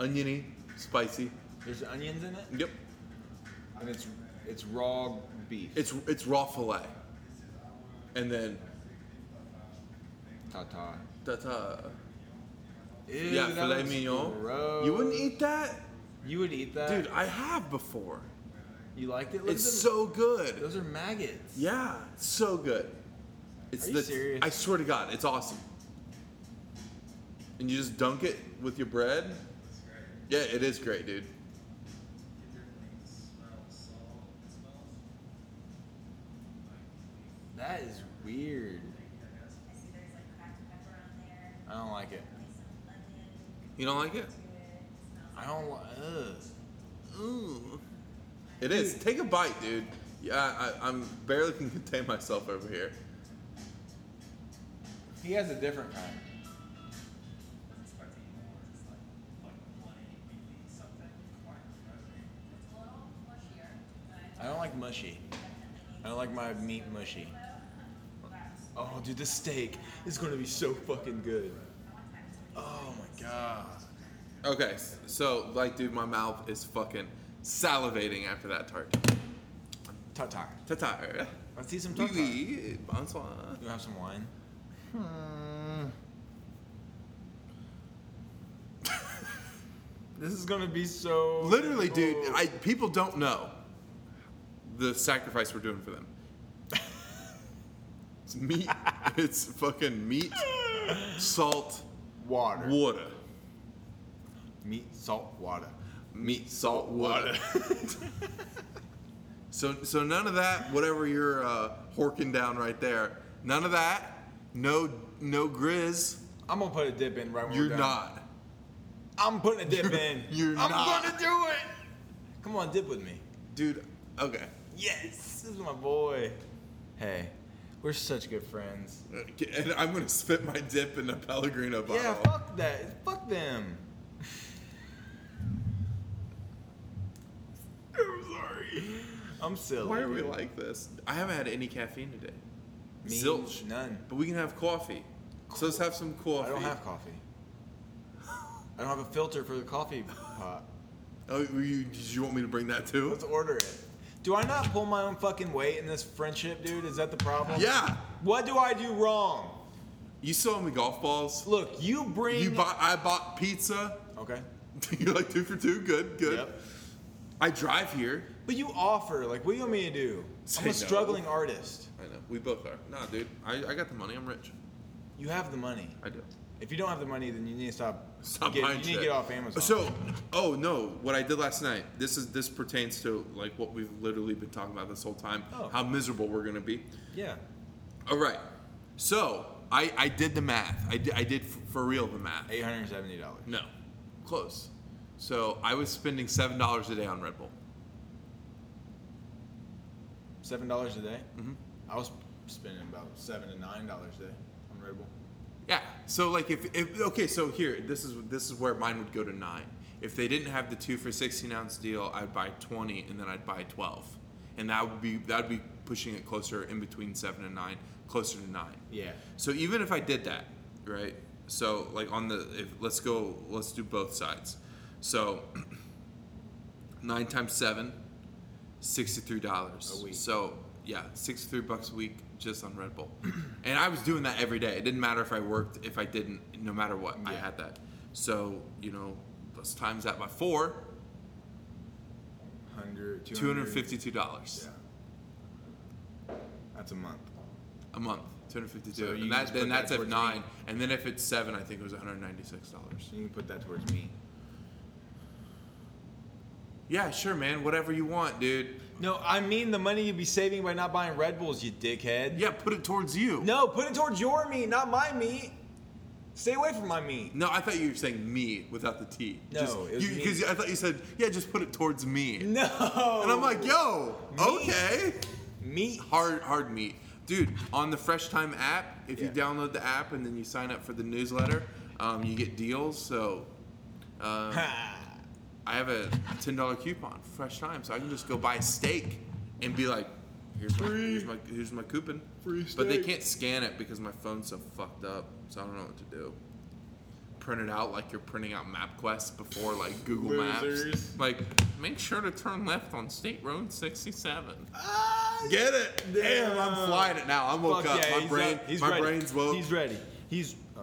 Oniony, spicy.
There's onions in it,
Yep.
and it's it's raw beef.
It's it's raw fillet, and then
Tata.
ta ta.
Ew,
Yeah,
that
filet
looks
mignon.
gross.
You wouldn't eat that,
You would eat that,
dude. I have before.
you liked it? Look
It's
at them-
so good.
Those are maggots.
Yeah, so good. It's
Are you
the.
serious?
I swear to God, it's awesome. And you just dunk it with your bread. Yeah, it is great, dude.
That is weird. I don't like it.
You don't like it?
I don't like. Ugh.
Ooh. It is. Take a bite, dude. Yeah, I, I'm barely can [LAUGHS] contain myself over here.
He has a different kind. I don't like mushy. I don't like my meat mushy. Oh, dude, this steak is gonna be so fucking good. Oh my god.
Okay, s- so like, dude, my mouth is fucking salivating after that tart.
Tartar.
Tatar.
Let's eat some
Oui,
tartar. You
oui, bonsoir.
wanna have some wine? Hmm. [LAUGHS] this is gonna be so. Oh.
Literally, dude,
difficult.
I people don't know the sacrifice we're doing for them. [LAUGHS] It's meat. it's fucking meat, salt,
Water.
water.
Meat, salt, water.
Meat, salt, water. [LAUGHS] So so none of that, whatever you're uh, horking down right there, none of that. No no grizz.
I'm gonna put a dip in right when
You're
we're done.
not.
I'm putting a dip in.
[LAUGHS] You're
I'm
not.
gonna do it. Come on, dip with me.
Dude, okay.
Yes, this is my boy. Hey, we're such good friends.
And I'm gonna spit my dip in a Pellegrino bottle.
Yeah, fuck that. Fuck them. I'm sorry. I'm silly.
Why are we like this? I haven't had any caffeine today.
Me,
Zilch.
None.
But we can have coffee. So let's have some coffee.
I don't have coffee. I don't have a filter for the coffee pot.
Oh, were you, did you want me to bring that too?
Let's order it. Do I not pull my own fucking weight in this friendship, dude? Is that the problem?
Yeah.
What do I do wrong?
You saw me golf balls.
Look, you bring.
You bought. I bought pizza. [LAUGHS]
okay.
You're like two for two. Good. Good.
Yep.
I drive here.
But you offer. Like, what do you want me to [LAUGHS] do?
Say
I'm a
no.
struggling artist.
I know. We both are. Nah, dude. I, I got the money. I'm rich.
You have the money.
I do.
If you don't have the money, then you need to stop.
Stop
get, You
buying
need
shit.
to get off Amazon.
So, oh no, what I did last night. This is this pertains to like what we've literally been talking about this whole time.
Oh.
How miserable we're gonna be.
yeah,
All right. So I I did the math. I did, I did f- for real the math.
eight hundred and seventy dollars.
No, close. So I was spending seven dollars a day on Red Bull.
Seven dollars a day. Mm-hmm. I was spending about seven to nine dollars a day on Red Bull.
Yeah. So like if, if okay, so here this is this is where mine would go to nine. If they didn't have the two for sixteen ounce deal, I'd buy twenty and then I'd buy twelve, and that would be that'd be pushing it closer in between seven and nine, closer to nine.
Yeah.
So even if I did that, right? So like on the if let's go let's do both sides. So [CLEARS THROAT] nine times seven, sixty-three dollars.
A week.
So yeah, sixty-three bucks a week just on Red Bull. [CLEARS THROAT] and I was doing that every day. It didn't matter if I worked, if I didn't, no matter what, I
Yeah.
had that. So, you know, let's times that by four,
100,
two hundred and fifty-two dollars
Yeah. That's a month.
a month. Two hundred fifty-two.
So you
and
can
that,
just
then
put that
that's at
towards me.
nine. And then if it's seven, I think it was one hundred ninety-six dollars.
You can put that towards me.
Yeah, sure, man. Whatever you want, dude.
No, I mean the money you'd be saving by not buying Red Bulls, you dickhead.
Yeah, put it towards you.
No, put it towards your meat, not my meat. Stay away from my meat.
No, I thought you were saying me without the T.
No,
Just-
it was
you-
me.
I thought you said, yeah, just put it towards me.
No.
And I'm like, yo,
Me.
okay.
meat.
Hard, hard meat. Dude, on the Fresh Time app, if you
Yeah.
download the app and then you sign up for the newsletter, um, you get deals. So
Uh,
um,
Ha.
I have a $10 coupon for Fresh Time, so I can just go buy a steak and be like, here's my, here's my, here's my coupon.
Free
But they
steak.
can't scan it because my phone's so fucked up, so I don't know what to do. Print it out like you're printing out MapQuest before like Google
Losers.
Maps. Like, make sure to turn left on State Road 67.
Ah,
Get it? Damn, I'm flying it now. I woke
fuck
up.
yeah,
my
he's
brain,
up. He's
my
ready.
brain's woke.
He's ready. He's. Oh,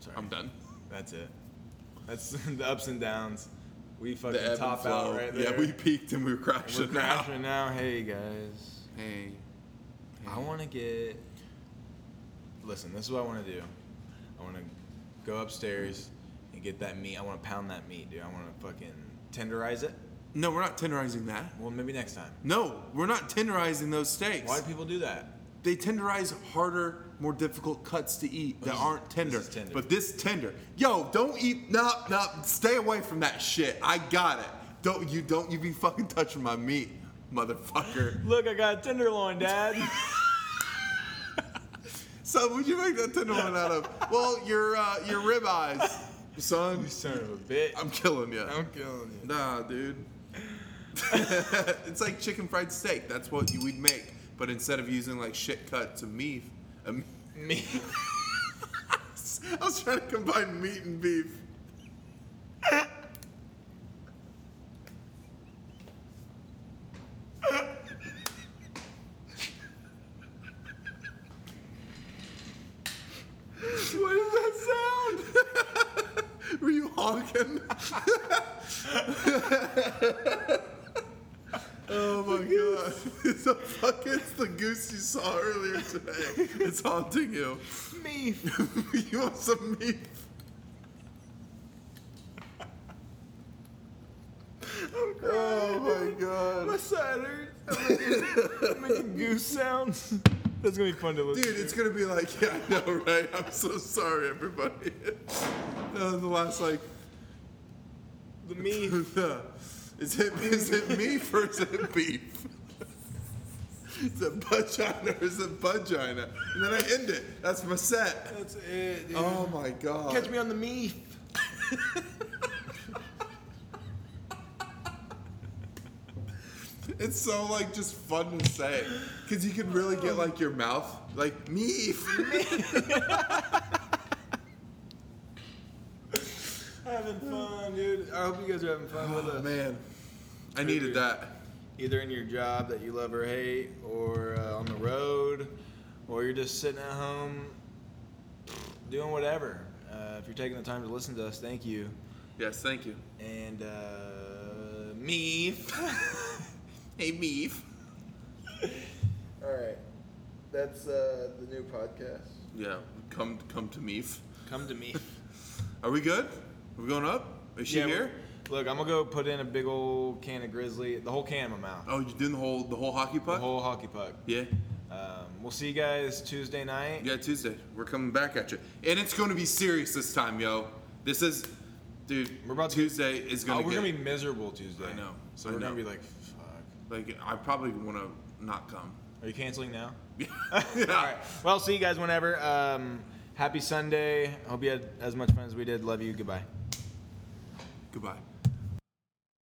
sorry.
I'm done.
That's it. That's [LAUGHS] the ups and downs. We fucking
The ebb and
top out
flow.
right there.
yeah, we peaked and we were crashing
We're
now.
crashing [LAUGHS] now. Hey guys,
Hey,
I want to get. Listen, this is what I want to do. I want to go upstairs and get that meat. I want to pound that meat, dude. I want to fucking tenderize it.
no, we're not tenderizing that.
Well, maybe next time.
No, we're not tenderizing those steaks.
Why do people do that?
They tenderize harder, more difficult cuts to eat that
This is-
aren't tender.
this is tender.
But this tender, yo, don't eat. No, no, stay away from that shit. I got it. Don't you? Don't you be fucking touching my meat, motherfucker. [LAUGHS]
Look, I got a tenderloin, Dad. [LAUGHS]
So would you make that tenderloin out of? Well, your uh, your rib eyes, son.
you son of a bitch.
I'm killing you.
I'm killing you.
Nah, dude. [LAUGHS] it's like chicken fried steak. That's what you would make, but instead of using like shit cuts of beef, a me-
Me. [LAUGHS]
I was trying to combine meat and beef. What is that sound? [LAUGHS] Were you honking? oh my god. [LAUGHS] It's the fuck it's the goose you saw earlier today. It's haunting you.
Me.
[LAUGHS] you want some meat? oh my god.
My side hurts. [LAUGHS] I'm making goose sounds. [LAUGHS] That's gonna be fun to listen
Dude,
to.
it's gonna be like, [LAUGHS] yeah, I know, right? I'm so sorry, everybody. [LAUGHS] Uh, the last like,
the
[LAUGHS]
meat.
is it is it beef [LAUGHS] or is it beef? [LAUGHS] Is it budgina or is it budgina? And then I end it. That's my set.
That's it, dude.
Oh my god.
Catch me on the meat.
It's so like just fun to say, cause you can really get like your mouth like me.
Having fun, dude. I hope you guys are having fun with
Oh
us.
man, I needed that.
Either in your job that you love or hate, or uh, on the road, or you're just sitting at home [SNIFFS] doing whatever. Uh, if you're taking the time to listen to us, thank you.
Yes, thank you.
And uh, me. [LAUGHS]
Hey, beef.
All right. That's uh, the new podcast.
Yeah, come come to meef.
Come to me.
Are we good? Are we going up? Is she
Yeah,
here?
Look, I'm gonna go put in a big old can of Grizzly, the whole can in my mouth,
Oh, you doing the whole the whole hockey
the
puck?
whole hockey puck.
yeah.
Um, we'll see you guys Tuesday night.
Yeah, Tuesday. We're coming back at you, and it's going to be serious this time, yo. This is, dude.
We're about to-
Tuesday is
Oh,
going to
we're
get
gonna be miserable Tuesday.
I know,
So
I
we're
know.
gonna be like, fuck.
like I probably want to not come. [LAUGHS]
[LAUGHS] Are you canceling now?
yeah.
All right. Well, see you guys whenever. Um, Happy Sunday. Hope you had as much fun as we did. Love you. Goodbye.
Goodbye.